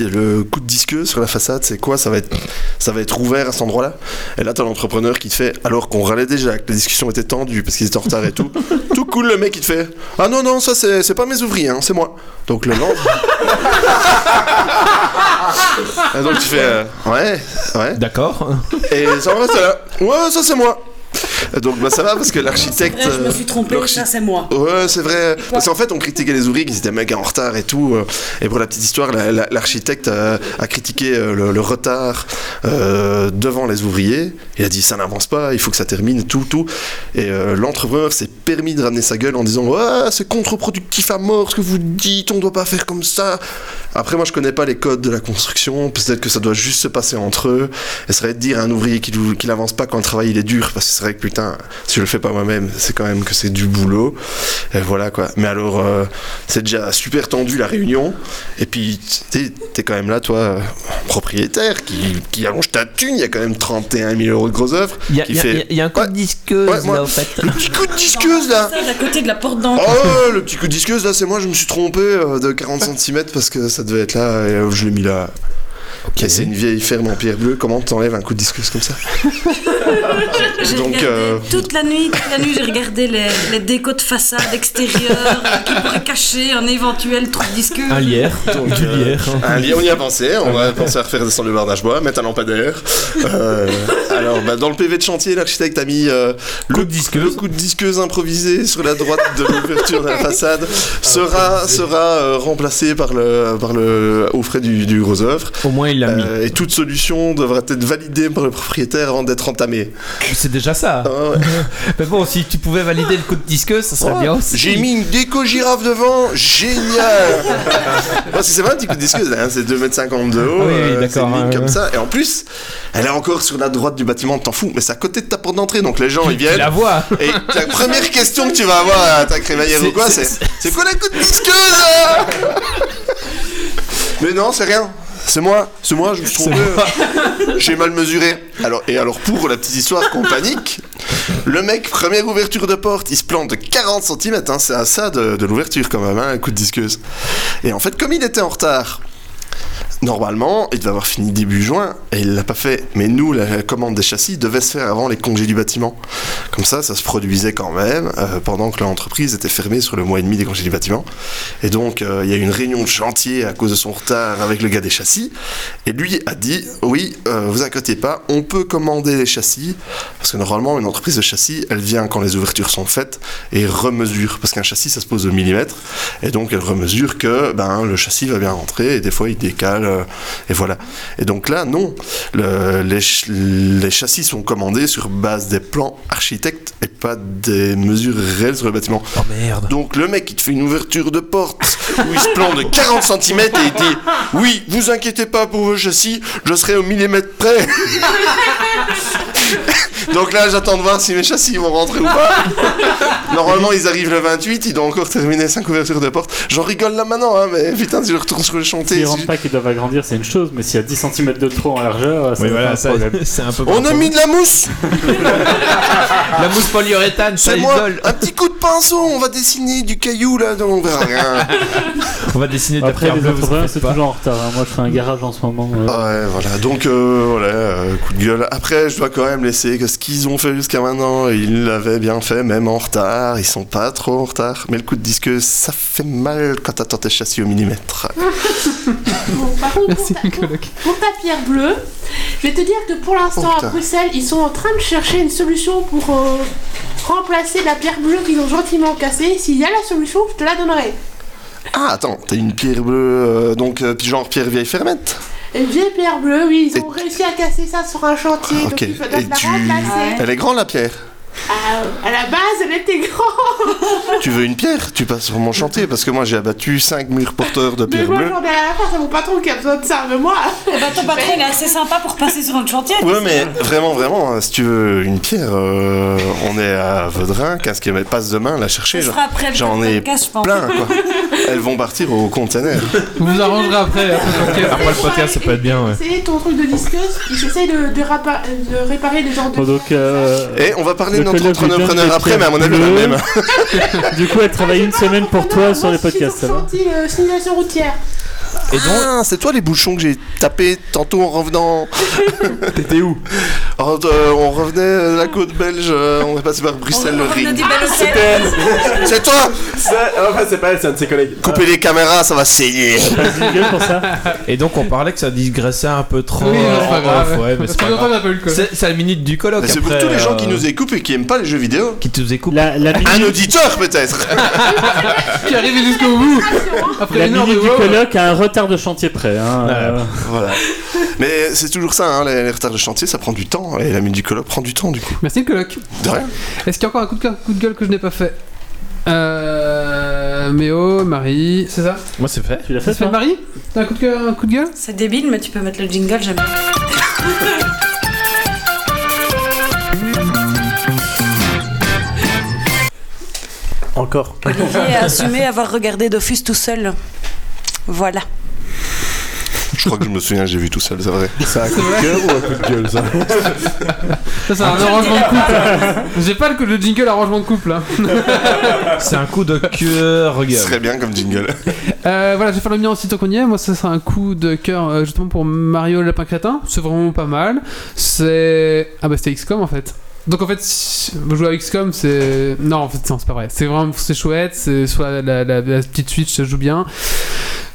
le coup de disqueuse sur la façade, c'est quoi Ça va être ça va être ouvert à cet endroit-là. Et là t'as l'entrepreneur qui te fait alors qu'on râlait déjà, que la discussion était tendue parce qu'ils étaient en retard et tout. tout cool le mec qui te fait ah non non ça c'est c'est pas mes ouvriers hein, c'est moi. Donc le lendemain. et donc tu fais euh, ouais ouais D'accord. et ça en reste là. Ouais, ça c'est moi. Donc bah ça va parce que l'architecte. je me euh, suis trompé, l'archi- ça c'est moi. Ouais, c'est vrai. Parce qu'en fait, on critiquait les ouvriers qui étaient méga en retard et tout. euh, Et pour la petite histoire, la- la- l'architecte a, a critiqué euh, le, le retard euh, devant les ouvriers. Il a dit ça n'avance pas, il faut que ça termine, tout, tout. Et euh, l'entrepreneur s'est permis de ramener sa gueule en disant ouais, c'est contre-productif à mort ce que vous dites, on doit pas faire comme ça. Après, moi, je connais pas les codes de la construction. Peut-être que ça doit juste se passer entre eux. Et ça serait de dire à un ouvrier qu'il qu'il avance pas quand le travail il est dur, parce que c'est vrai que putain, si je le fais pas moi-même, c'est quand même que c'est du boulot. Et voilà quoi. Mais alors, euh, c'est déjà super tendu la réunion. Et puis, tu sais, t'es quand même là, toi, euh, propriétaire, qui, qui allonge ta thune. Il y a quand même 31 000 euros de grosses œuvres. Il y a- qui il y a- fait- il y, a- il y a un coup Ouais. de disqueuse Ouais, moi- là, en fait. Le petit coup de disqueuse là Ça, à côté de la porte d'entrée. Oh, le petit coup de disqueuse là, c'est moi, je me suis trompé euh, de 40 cm parce que ça devait être là et euh, je l'ai mis là. Ok, c'est une vieille ferme en pierre bleue. Comment t'enlèves un coup de disqueuse comme ça J'ai Oh, Donc, regardé euh, toute la nuit, toute la nuit, j'ai regardé les, les décos de façade extérieure euh, qui pourraient cacher un éventuel trou de disque. Un lierre. du euh, lierre. hein. Un lien, on y a pensé. On va penser à refaire descendre le bardage bois, mettre un lampadaire. Euh, alors, bah, dans le PV de chantier, l'architecte a mis euh, le, Coup de disqueuse. le coup de disqueuse improvisé sur la droite de l'ouverture de la Ah, façade sera, sera euh, remplacé par le, par le, au frais du, du gros œuvre. Au moins, il l'a mis. Euh, et toute solution devra être validée par le propriétaire avant d'être entamée. C'est déjà ça. Ah ouais. Mais bon, si tu pouvais valider le coup de disqueuse, ça serait Oh, bien aussi. J'ai mis une déco girafe devant, génial Parce que c'est pas un petit coup de disqueuse, hein, c'est 2m50 de haut, Ah oui, oui, euh, c'est d'accord, une ligne ouais, comme ouais. ça, et en plus, elle est encore sur la droite du bâtiment, t'en fous, mais c'est à côté de ta porte d'entrée, donc les gens ils Tu viennent, la vois. et la première question que tu vas avoir à ta crémaillère C'est- ou quoi, c'est- c'est « C'est quoi la coup de disqueuse là Mais non, c'est rien c'est moi, c'est moi, je me suis trompé. J'ai mal mesuré. Alors, et alors, pour la petite histoire qu'on panique, le mec, première ouverture de porte, il se plante de 40 cm, c'est à ça de, de l'ouverture quand même, hein, un coup de disqueuse. Et en fait, comme il était en retard, normalement, il devait avoir fini début juin, et il l'a pas fait. Mais nous, la commande des châssis devait se faire avant les congés du bâtiment. Comme ça, ça se produisait quand même, euh, pendant que l'entreprise était fermée sur le mois et demi des congés du bâtiment. Et donc, euh, il y a eu une réunion de chantier à cause de son retard avec le gars des châssis, et lui a dit, oui, euh, vous inquiétez pas, on peut commander les châssis, parce que normalement, une entreprise de châssis, elle vient quand les ouvertures sont faites et remesure. Parce qu'un châssis, ça se pose au millimètre. Et donc, elle remesure que ben, le châssis va bien rentrer. Et des fois, il décale. euh, et voilà. Et donc là, non. Le- les, ch- les châssis sont commandés sur base des plans architectes et pas des mesures réelles sur le bâtiment. Oh merde. Donc le mec, il te fait une ouverture de porte où il se plante de 40 cm et il dit Oui, vous inquiétez pas pour vos châssis, je serai au millimètre près. Donc là, j'attends de voir si mes châssis vont rentrer ou pas. Normalement, ils arrivent le 28, ils doivent encore terminer 5 ouvertures de porte. J'en rigole là maintenant, hein, mais putain, si je retourne sur le chantier. S'ils si rentrent pas qu'ils doivent agrandir, c'est une chose, mais s'il y a 10 cm de trop en largeur, ça Oui, va voilà, pas ça, un problème. c'est un peu. je- On a mis de la mousse La mousse polyuréthane, ça C'est moi isole. Un petit coup de pinceau, on va dessiner du caillou là, on verra rien. On va dessiner de la Après, pierre les bleue, vous en entrepreneurs, faites c'est pas. toujours en retard. hein. Moi, je fais un garage en ce moment. euh. Ouais, voilà. Donc, euh, voilà, euh, coup de gueule. Après, je dois quand même laisser que ce qu'ils ont fait jusqu'à maintenant, ils l'avaient bien fait, même en retard. Ils sont pas trop en retard. Mais le coup de disque, ça fait mal quand t'attends tes châssis au millimètre. Bon, par contre, Merci, pour ta- pour- coloc. Pour ta pierre bleue, je vais te dire que pour l'instant Oh, à putain. Bruxelles, ils sont en train de chercher une solution pour euh, remplacer la pierre bleue qu'ils ont gentiment cassée. S'il y a la solution, je te la donnerai. Ah, attends, t'as une pierre bleue, euh, donc euh, genre pierre vieille fermette Et vieille pierre bleue, oui, ils ont réussi à casser ça sur un chantier. Ok, Donc, il faut donc et la tu. remplacer. Elle est grande la pierre Euh, à la base, elle était grande. Tu veux une pierre Tu passes sur mon chantier parce que moi j'ai abattu 5 murs porteurs de Mais pierre moi, bleue. Ah, j'en ai à la fin, c'est mon patron qui a besoin de ça. Mais moi, Eh ben, ton patron, il est assez sympa pour passer sur notre chantier. Ouais, mais vraiment, vraiment, hein, si tu veux une pierre, euh, on est à Vaudrin, 15 km, passe demain la chercher. Ce genre. sera après J'en le ai podcast, je pense. plein, quoi. Elles vont partir au conteneur. Vous vous arrangerez après. après le podcast. Après Ah, le podcast, ça peut être bien, ouais. C'est ton truc de disqueuse, j'essaie de, de, rapa- de réparer les genres de. Bon, donc, euh, Et on va parler de Le notre colloque des entrepreneur jeunes après, mais à mon avis, bleus. on a le même. du coup, elle travaille une semaine pour toi sur les podcasts, ça J'ai va ressenti la signalisation routière. Et donc, Ah, c'est toi les bouchons que j'ai tapés tantôt en revenant. T'étais où On revenait de la côte belge, euh, on est passé par Bruxelles, le On a ring. dit bah, bel hôtel. C'est toi C'est- Enfin, c'est pas elle, c'est un de ses collègues. Coupez les caméras, ça va saigner. Vas-y, gueule pour ça. Et donc on parlait que ça digressait un peu trop. Oui, euh, c'est pas en grave. off, ouais, mais c'est pas grave. C'est c'est la minute du colloque. C'est pour après, tous les gens euh, qui nous écoutent et qui aiment pas les jeux vidéo. qui nous écoutent. La, la minute, Un auditeur peut-être Qui arrive jusqu'au bout Après la une heure de minute du wow. colloque a un retard de chantier près. Hein, Ouais. euh, Voilà. Mais c'est toujours ça, hein, les, les retards de chantier, ça prend du temps. Et la mine du colloque prend du temps, du coup. Merci le coloc. De rien. Est-ce qu'il y a encore un coup de, cœur- coup de gueule que je n'ai pas fait Euh. Méo, Marie, c'est ça Moi c'est fait. tu l'as Ça fait, se fait toi Marie T'as un coup de cœur, un coup de gueule C'est débile, mais tu peux mettre le jingle, j'aime bien. Encore. Olivier a assumé avoir regardé Dofus tout seul. Voilà. Je crois que je me souviens, j'ai vu tout seul, c'est vrai. C'est un coup de cœur ou un coup de gueule, ça Ça c'est un arrangement de couple. J'ai pas le, le jingle arrangement de couple. hein. C'est un coup de cœur, Ce regarde. serait bien comme jingle. Euh, voilà, je vais faire le mien aussi tant qu'on y est. Moi, ça sera un coup de cœur euh, justement pour Mario le Lapin Crétin. C'est vraiment pas mal. C'est. Ah bah, c'était XCOM en fait. Donc en fait, si- jouer à XCOM, c'est. Non, en fait, non, c'est pas vrai. C'est vraiment. C'est chouette. C'est sur la, la- la- la petite Switch, ça joue bien.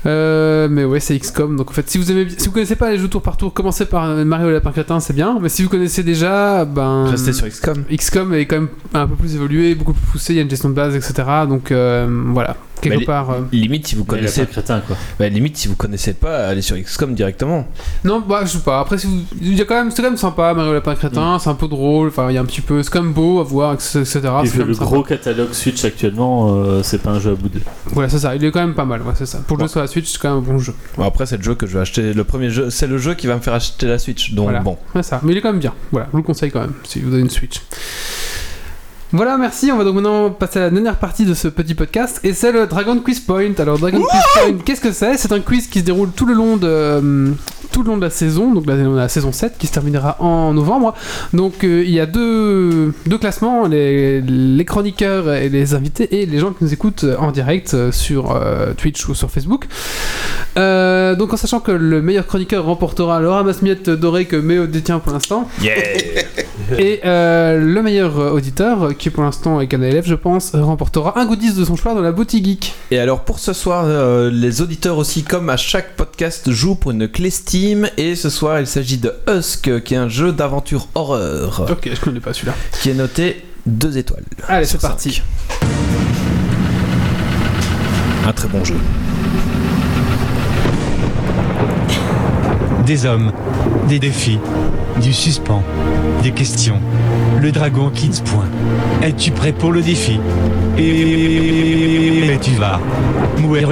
Euh, mais ouais, c'est XCOM. Donc en fait, si vous aimez, si vous connaissez pas les jeux tour par tour, commencez par euh, Mario le Lapin Crétin, c'est bien. Mais si vous connaissez déjà, ben. Restez sur XCOM. XCOM est quand même un peu plus évolué, beaucoup plus poussé, il y a une gestion de base, etc. Donc euh, voilà, quelque Mais les- part. euh, Limite si vous Mais il est connaissez, pas crétin, quoi. bah, limite si vous connaissez pas, allez sur XCOM directement. Non, bah je sais pas. Après, si vous- il y a quand même, c'est quand même sympa, Mario Lapin Mm. Crétin, c'est un peu drôle. Enfin, il y a un petit peu, c'est quand même beau à voir, etc. Ah, C'est Et quand vu même le sympa. gros catalogue Switch actuellement, euh, c'est pas un jeu à bout de. Voilà, c'est ça. Il est quand même pas mal. Ouais, c'est ça. Pour le Ouais. jeu sur la Switch, c'est quand même un bon jeu. Bon, après c'est le jeu que je vais acheter. Le premier jeu, c'est le jeu qui va me faire acheter la Switch. Donc Voilà. bon. Ouais, ça. Mais il est quand même bien. Voilà, je vous le conseille quand même si vous avez une Switch. Voilà, merci. On va donc maintenant passer à la dernière partie de ce petit podcast et c'est le Dragon Quiz Point. Alors, Dragon Quiz Point, qu'est-ce que c'est C'est un quiz qui se déroule tout le long de euh, tout le long de la saison, donc là, on a la saison 7 qui se terminera en novembre. Donc euh, il y a deux, deux classements, les, les chroniqueurs et les invités et les gens qui nous écoutent en direct euh, sur euh, Twitch ou sur Facebook. Euh, donc en sachant que le meilleur chroniqueur remportera le ramasse-miettes doré que Méo détient pour l'instant. Et euh, le meilleur euh, auditeur, euh, qui pour l'instant est qu'un élève je pense, euh, remportera un goodies de son choix dans la boutique geek. Et alors pour ce soir, euh, les auditeurs aussi, comme à chaque podcast, jouent pour une clé Steam. Et ce soir, il s'agit de Husk, qui est un jeu d'aventure horreur, Ok, je connais pas celui-là. qui est noté 2 étoiles. Allez, sur c'est parti. cinq. Un très bon jeu. Des hommes, des défis, du suspens, des questions. Le dragon Kids point. Es-tu prêt pour le défi Et tu vas. mourir.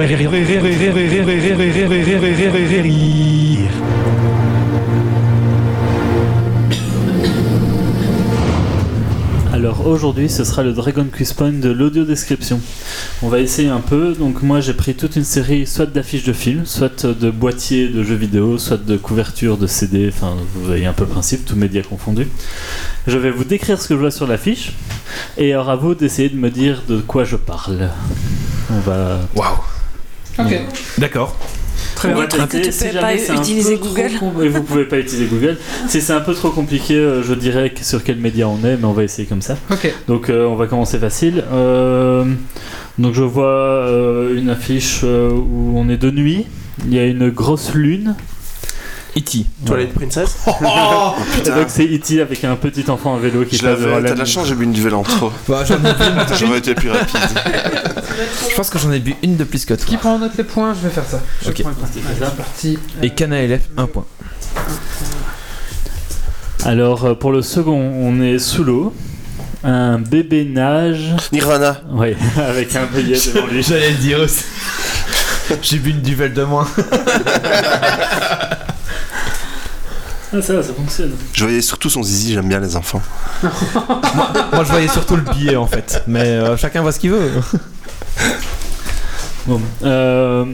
Alors aujourd'hui, ce sera le Dragon Quiz Point de l'audio description. On va essayer un peu. Donc moi, j'ai pris toute une série, soit d'affiches de films, soit de boîtiers de jeux vidéo, soit de couvertures de CD. Enfin, vous voyez un peu le principe, tout média confondu. Je vais vous décrire ce que je vois sur l'affiche, et alors à vous d'essayer de me dire de quoi je parle. On va. Waouh. Ok. D'accord. On bien. va Des trucs tester. que tu Si peux jamais pas c'est un utiliser peu trop Google. com- Et vous pouvez pas utiliser Google. Si c'est un peu trop compliqué, euh, je dirais que sur quel média on est, mais on va essayer comme ça. Ok. Donc euh, on va commencer facile. Euh, donc je vois euh, une affiche euh, où on est de nuit. Il y a une grosse lune. E.T. Toilette princesse Oh, Et putain. donc c'est E.T. avec un petit enfant en vélo qui Je passe devant l'avais, la t'as de la mine. chance, j'ai bu une duvel en trop. Bah, j'en ai bu- J'aurais été plus rapide. je pense que j'en ai bu une de plus que toi. Qui prend en note les points Je vais faire ça. Je Ok. prends les points. Allez, c'est parti. Et Cana LF, un point. Alors euh, pour le second, on est sous l'eau. Un bébé nage. Nirvana. Oui, avec un billet devant lui. J'allais le dire aussi. J'ai bu une duvel de moins. Ah, ça, va, ça fonctionne. Je voyais surtout son zizi, j'aime bien les enfants. Moi, je voyais surtout le billet en fait. Mais euh, chacun voit ce qu'il veut. Bon. Euh,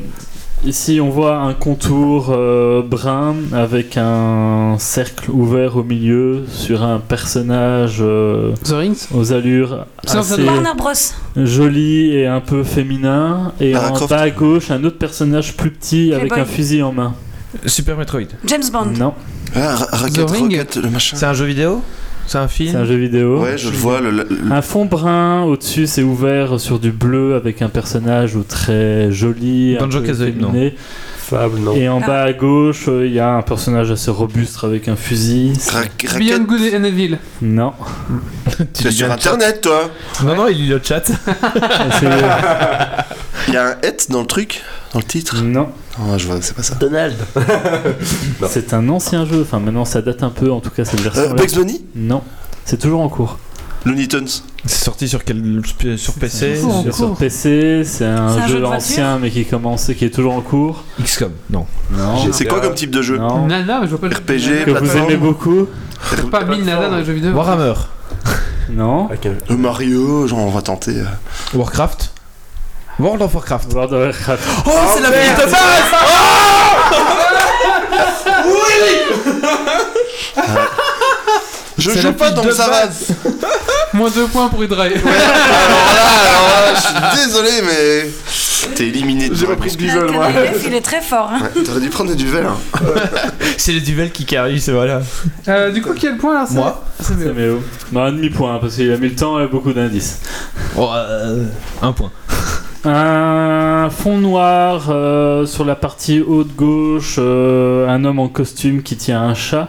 ici, on voit un contour euh, brun avec un cercle ouvert au milieu sur un personnage euh, The Rings aux allures Ça, ça assez doit- Warner Bros. joli et un peu féminin. Et Lara en Croft. bas à gauche, un autre personnage plus petit avec Playboy. un fusil en main. Super Metroid. James Bond. Non, Ah, Ra- Racket The Ring. Rocket, le machin. C'est un jeu vidéo C'est un c'est un film jeu vidéo. Ouais, je le vois, le, le- le- Un fond brun au-dessus, c'est ouvert sur du bleu avec un personnage au très joli. un Banjo peu Kazooie, non. efféminé. Fable, non. Et en Ah. bas à gauche, euh, il y a un personnage assez robuste avec un fusil. Ra- Beyond Racket. Good and Evil. Non. Tu es sur internet, toi Non, non, il lit le chat. C'est- Il y a un et dans le truc, dans le titre. non. Ah, je vois, c'est pas ça. Donald. Non. C'est un ancien jeu. Enfin, maintenant, ça date un peu. En tout cas, cette Euh, version. Bugs Bunny Non. C'est toujours en cours. Looney Tunes. C'est sorti sur quel sur PC Toujours en C'est sur cours. PC. C'est un, C'est un jeu, jeu de ancien, mais qui commence, qui est toujours en cours. XCOM, non. Non. C'est quoi comme type de jeu Non. Nana, je vois pas le RPG, Que vous plateforme. aimez beaucoup. J'ai pas mille nana dans les jeux vidéo. Warhammer, Non. Avec un- Euh, Mario, genre on va tenter. euh. Warcraft, World of Warcraft. World of Warcraft. Oh, c'est la merde de Je C'est joue la pas pute donc de ça va. base. Moins deux points pour Hydra. Alors là, alors là, je suis désolé, mais t'es éliminé. J'ai pas pris de du duvel, moi. Canal F, il est très fort. Hein. T'aurais dû prendre du duvel. hein. C'est les duels qui carrient, c'est voilà. Euh, du coup, quel point là c'est- Moi C'est mieux. Mais oh. Non, un demi-point, parce qu'il a mis le temps et beaucoup d'indices. Oh, euh, un point. Un fond noir euh, sur la partie haute gauche, euh, un homme en costume qui tient un chat.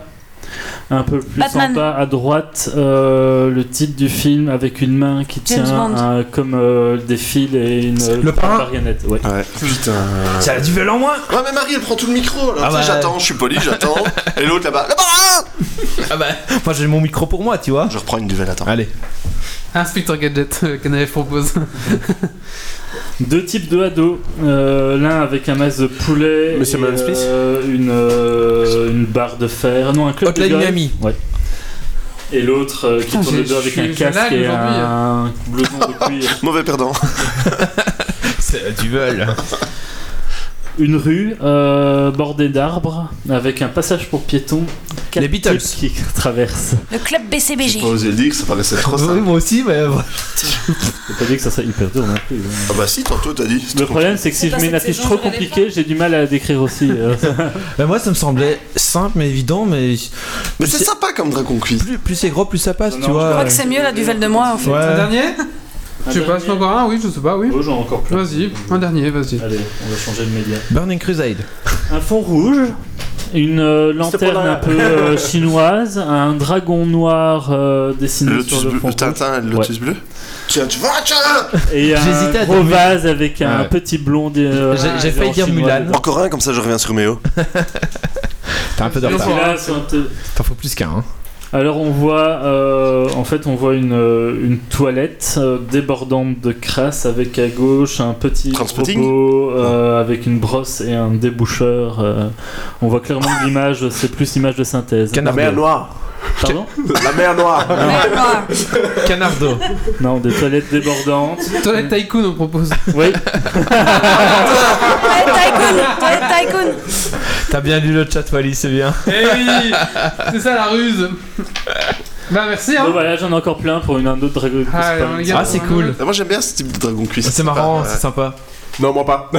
Un peu plus Batman. en bas à droite, euh, le titre du film avec une main qui James tient Bond. un- comme euh, des fils et une euh, Le parrain. marionnette. ouais. Ouais, putain. C'est la duel en moins Ouais, mais Marie, elle prend tout le micro. Alors, Ah tu sais, bah. j'attends, je suis poli, j'attends. Et l'autre là-bas, là-bas Ah bah, moi j'ai mon micro pour moi, tu vois. Je reprends une duvel, attends. Allez. Inspector Gadget, euh, Canal F propose. Deux types de ados, euh, l'un avec un masque de poulet, Monsieur et, Madame Smith. euh, une, euh, une barre de fer, non un club de Hotline golf. Miami. et l'autre euh, qui Putain, tourne le j'ai- dos avec je suis- un je casque lag et aujourd'hui. hein. un blouson de cuir. Mauvais perdant. C'est la duel. Une rue euh, bordée d'arbres avec un passage pour piétons. quatre Les Beatles. types qui traversent. Le club BCBG. J'ai pas osé le dire, ça paraissait trop ça. Oui, moi aussi, mais. J'ai pas dit que ça serait hyper dur non plus. hein. Ah bah si, tantôt t'as dit. Le problème, c'est que si C'est je pas mets une cette affiche saison, trop je l'avais compliquée, j'ai du mal à décrire aussi. euh. Bah, moi ça me semblait simple mais évident, mais Mais c'est sympa comme Dragon Quest. plus, plus c'est gros, plus ça passe, Non, tu non, Je vois. crois que c'est mieux la duvel de moi en fait. Un Ouais. dernier Un Je sais pas, dernier. c'est encore un, oui, je sais pas, oui. Oh, j'en ai encore plein. Vas-y, un dernier, vas-y. Allez, on va changer de média. Burning Crusade. Un fond rouge, une euh, lanterne pas là. un peu euh, chinoise, un dragon noir euh, dessiné Le Lotus sur le bleu, fond le rouge, Tintin, le Lotus bleu. Tiens, tu vois, tiens et un J'hésitais à gros dire- vase avec un Ouais. petit blond. euh, J'ai- j'ai un failli dire chinois Mulan. dedans. Encore un, comme ça je reviens sur Méo. T'as un peu de Et retard. c'est- Celui-là, c'est un peu- T'en faut plus qu'un. Hein. Alors on voit, euh, en fait, on voit une, euh, une toilette euh, débordante de crasse avec à gauche un petit Transpotting robot euh, avec une brosse et un déboucheur. euh. on voit clairement l'image, c'est plus image de synthèse. Canard La mer d'eau. noire. Pardon La mer noire. Mais quoi Canard d'eau. Non, des toilettes débordantes. Toilette Tycoon, on propose. Oui, Toilette Tycoon Toilette Tycoon T'as bien lu le chat, Wally, c'est bien. Eh oui C'est ça la ruse Bah merci bon hein voilà, j'en ai encore plein pour une un autre Dragon Quest Allez, Point. on les garde Ah, c'est pour un cool. autre. Ah, Moi j'aime bien ce type de Dragon Quest. C'est marrant, pas- c'est sympa. Non, moi pas.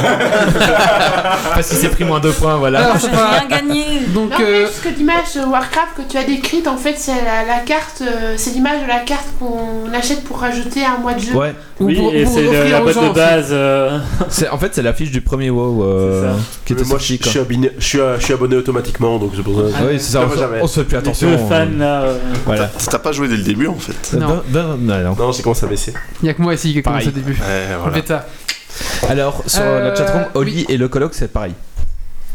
Parce qu'il s'est pris moins deux points, voilà. Alors, J'ai c'est pas- rien gagné. Donc, Non, euh, mais ce que l'image euh, Warcraft que tu as décrite, en fait, c'est la, la carte, euh, c'est l'image de la carte qu'on achète pour rajouter un mois de jeu. Ouais, ou Oui, pour- et pour c'est le- offrir la aux boîte gens de aussi. base. euh, c'est en fait c'est l'affiche du premier WoW euh, C'est ça. qui était moi, je sorti. je suis, Quoi. abonné, je, suis, euh, je suis abonné automatiquement, donc c'est pour ça. Oui, c'est ça. Ah, On, moi, jamais. on se fait plus les attention. deux euh, fans là. euh, Voilà. T'as pas joué dès le début en fait. Non. Dun- dun- non, non. Non, j'ai commencé à baisser. Il n'y a que moi ici qui commence au début. Ouais, voilà. Bêta. Alors sur Euh, la chatroom, Oli oui. et le colloque c'est pareil.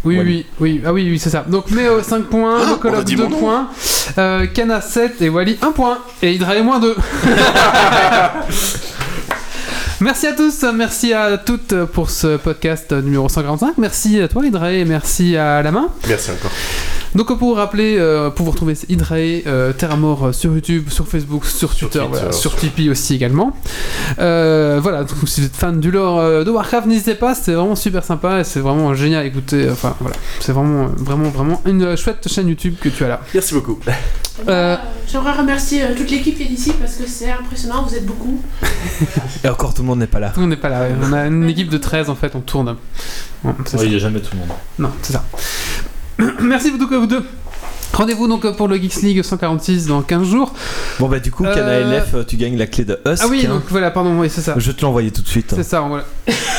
Oui, Ouais. oui, oui. Ah oui, oui, c'est ça. Donc Méo 5 points, Ah, le on a Coloc dit 2 mon nom. points, euh, Kana 7 et Wally 1 point. Et Hydrae moins 2. Merci à tous, merci à toutes pour ce podcast numéro 145. Merci à toi Hydrae, merci à la main. Merci encore. Donc pour vous rappeler, euh, pour vous retrouver c'est Hydrae, euh, Terra Mort euh, sur YouTube, sur Facebook, sur Twitter, Twitter, voilà, sur sur- Tipeee aussi également. Euh, voilà, donc si vous êtes fan du lore euh, de Warcraft, n'hésitez pas, c'est vraiment super sympa et c'est vraiment génial à écouter. Enfin voilà, c'est vraiment, euh, vraiment, vraiment une euh, chouette chaîne YouTube que tu as là. Merci beaucoup. Euh, Euh, J'aimerais remercier euh, toute l'équipe qui est ici parce que c'est impressionnant, vous êtes beaucoup. Et encore tout le monde n'est pas là. on n'est pas là, ouais. on a une équipe de 13 en fait, on tourne. Ouais, c'est ouais, ça. Il n'y a jamais tout le monde. Non, c'est ça. Merci beaucoup à vous deux. Rendez-vous donc pour le Geeks League 146 dans 15 jours. Bon bah du coup, Euh, Kana LF, euh, tu gagnes la clé de Husk. Ah oui, hein. donc voilà, pardon, oui, c'est ça. Je vais te l'envoyer tout de suite. C'est ça, on va,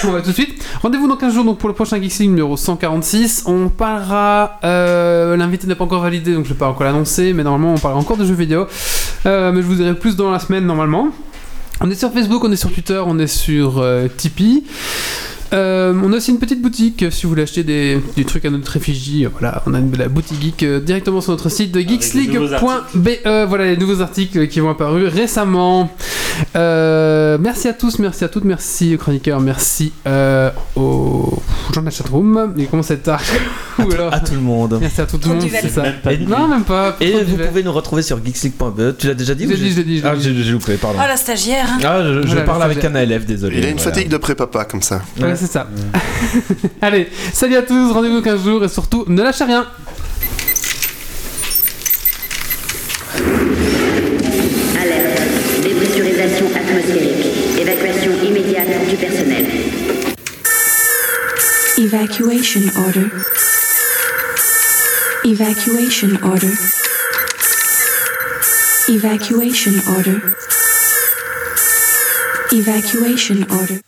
on va tout de suite. Rendez-vous dans 15 jours donc, pour le prochain Geeks League numéro 146. On parlera. euh, L'invité n'est pas encore validé, donc je ne vais pas encore l'annoncer, mais normalement on parlera encore de jeux vidéo. Euh, mais je vous dirai plus dans la semaine normalement. On est sur Facebook, on est sur Twitter, on est sur euh, Tipeee. Euh, on a aussi une petite boutique euh, si vous voulez acheter des, des trucs à notre effigie. euh, Voilà, on a une, la boutique geek euh, directement sur notre site de geeksleague.be. E. Voilà les nouveaux articles qui vont apparus récemment. Euh, merci à tous, merci à toutes, merci aux chroniqueurs, merci euh, aux gens de la chatroom. Il commence à être tard. Ou alors, À tout le monde. merci à tout le Trop monde, duvel. c'est ça. Même pas Et- de- Non, même pas. Et trop vous duvel. pouvez nous retrouver sur geeksleague.be. Tu l'as déjà dit Je l'ai ou dit, je l'ai dit, je l'ai Ah, dit. j'ai j'ai loupé, pardon. Oh la stagiaire. hein. Ah, je, je Voilà, parle le avec sujet. un élève, désolé. Il a une voilà. fatigue de pré-papa comme ça. Ouais, c'est ça. Allez, salut à tous, rendez-vous dans 15 jours et surtout, ne lâchez rien. Alerte. Dépressurisation atmosphérique. Évacuation immédiate du personnel. Evacuation order. Evacuation order. Evacuation order. Evacuation order.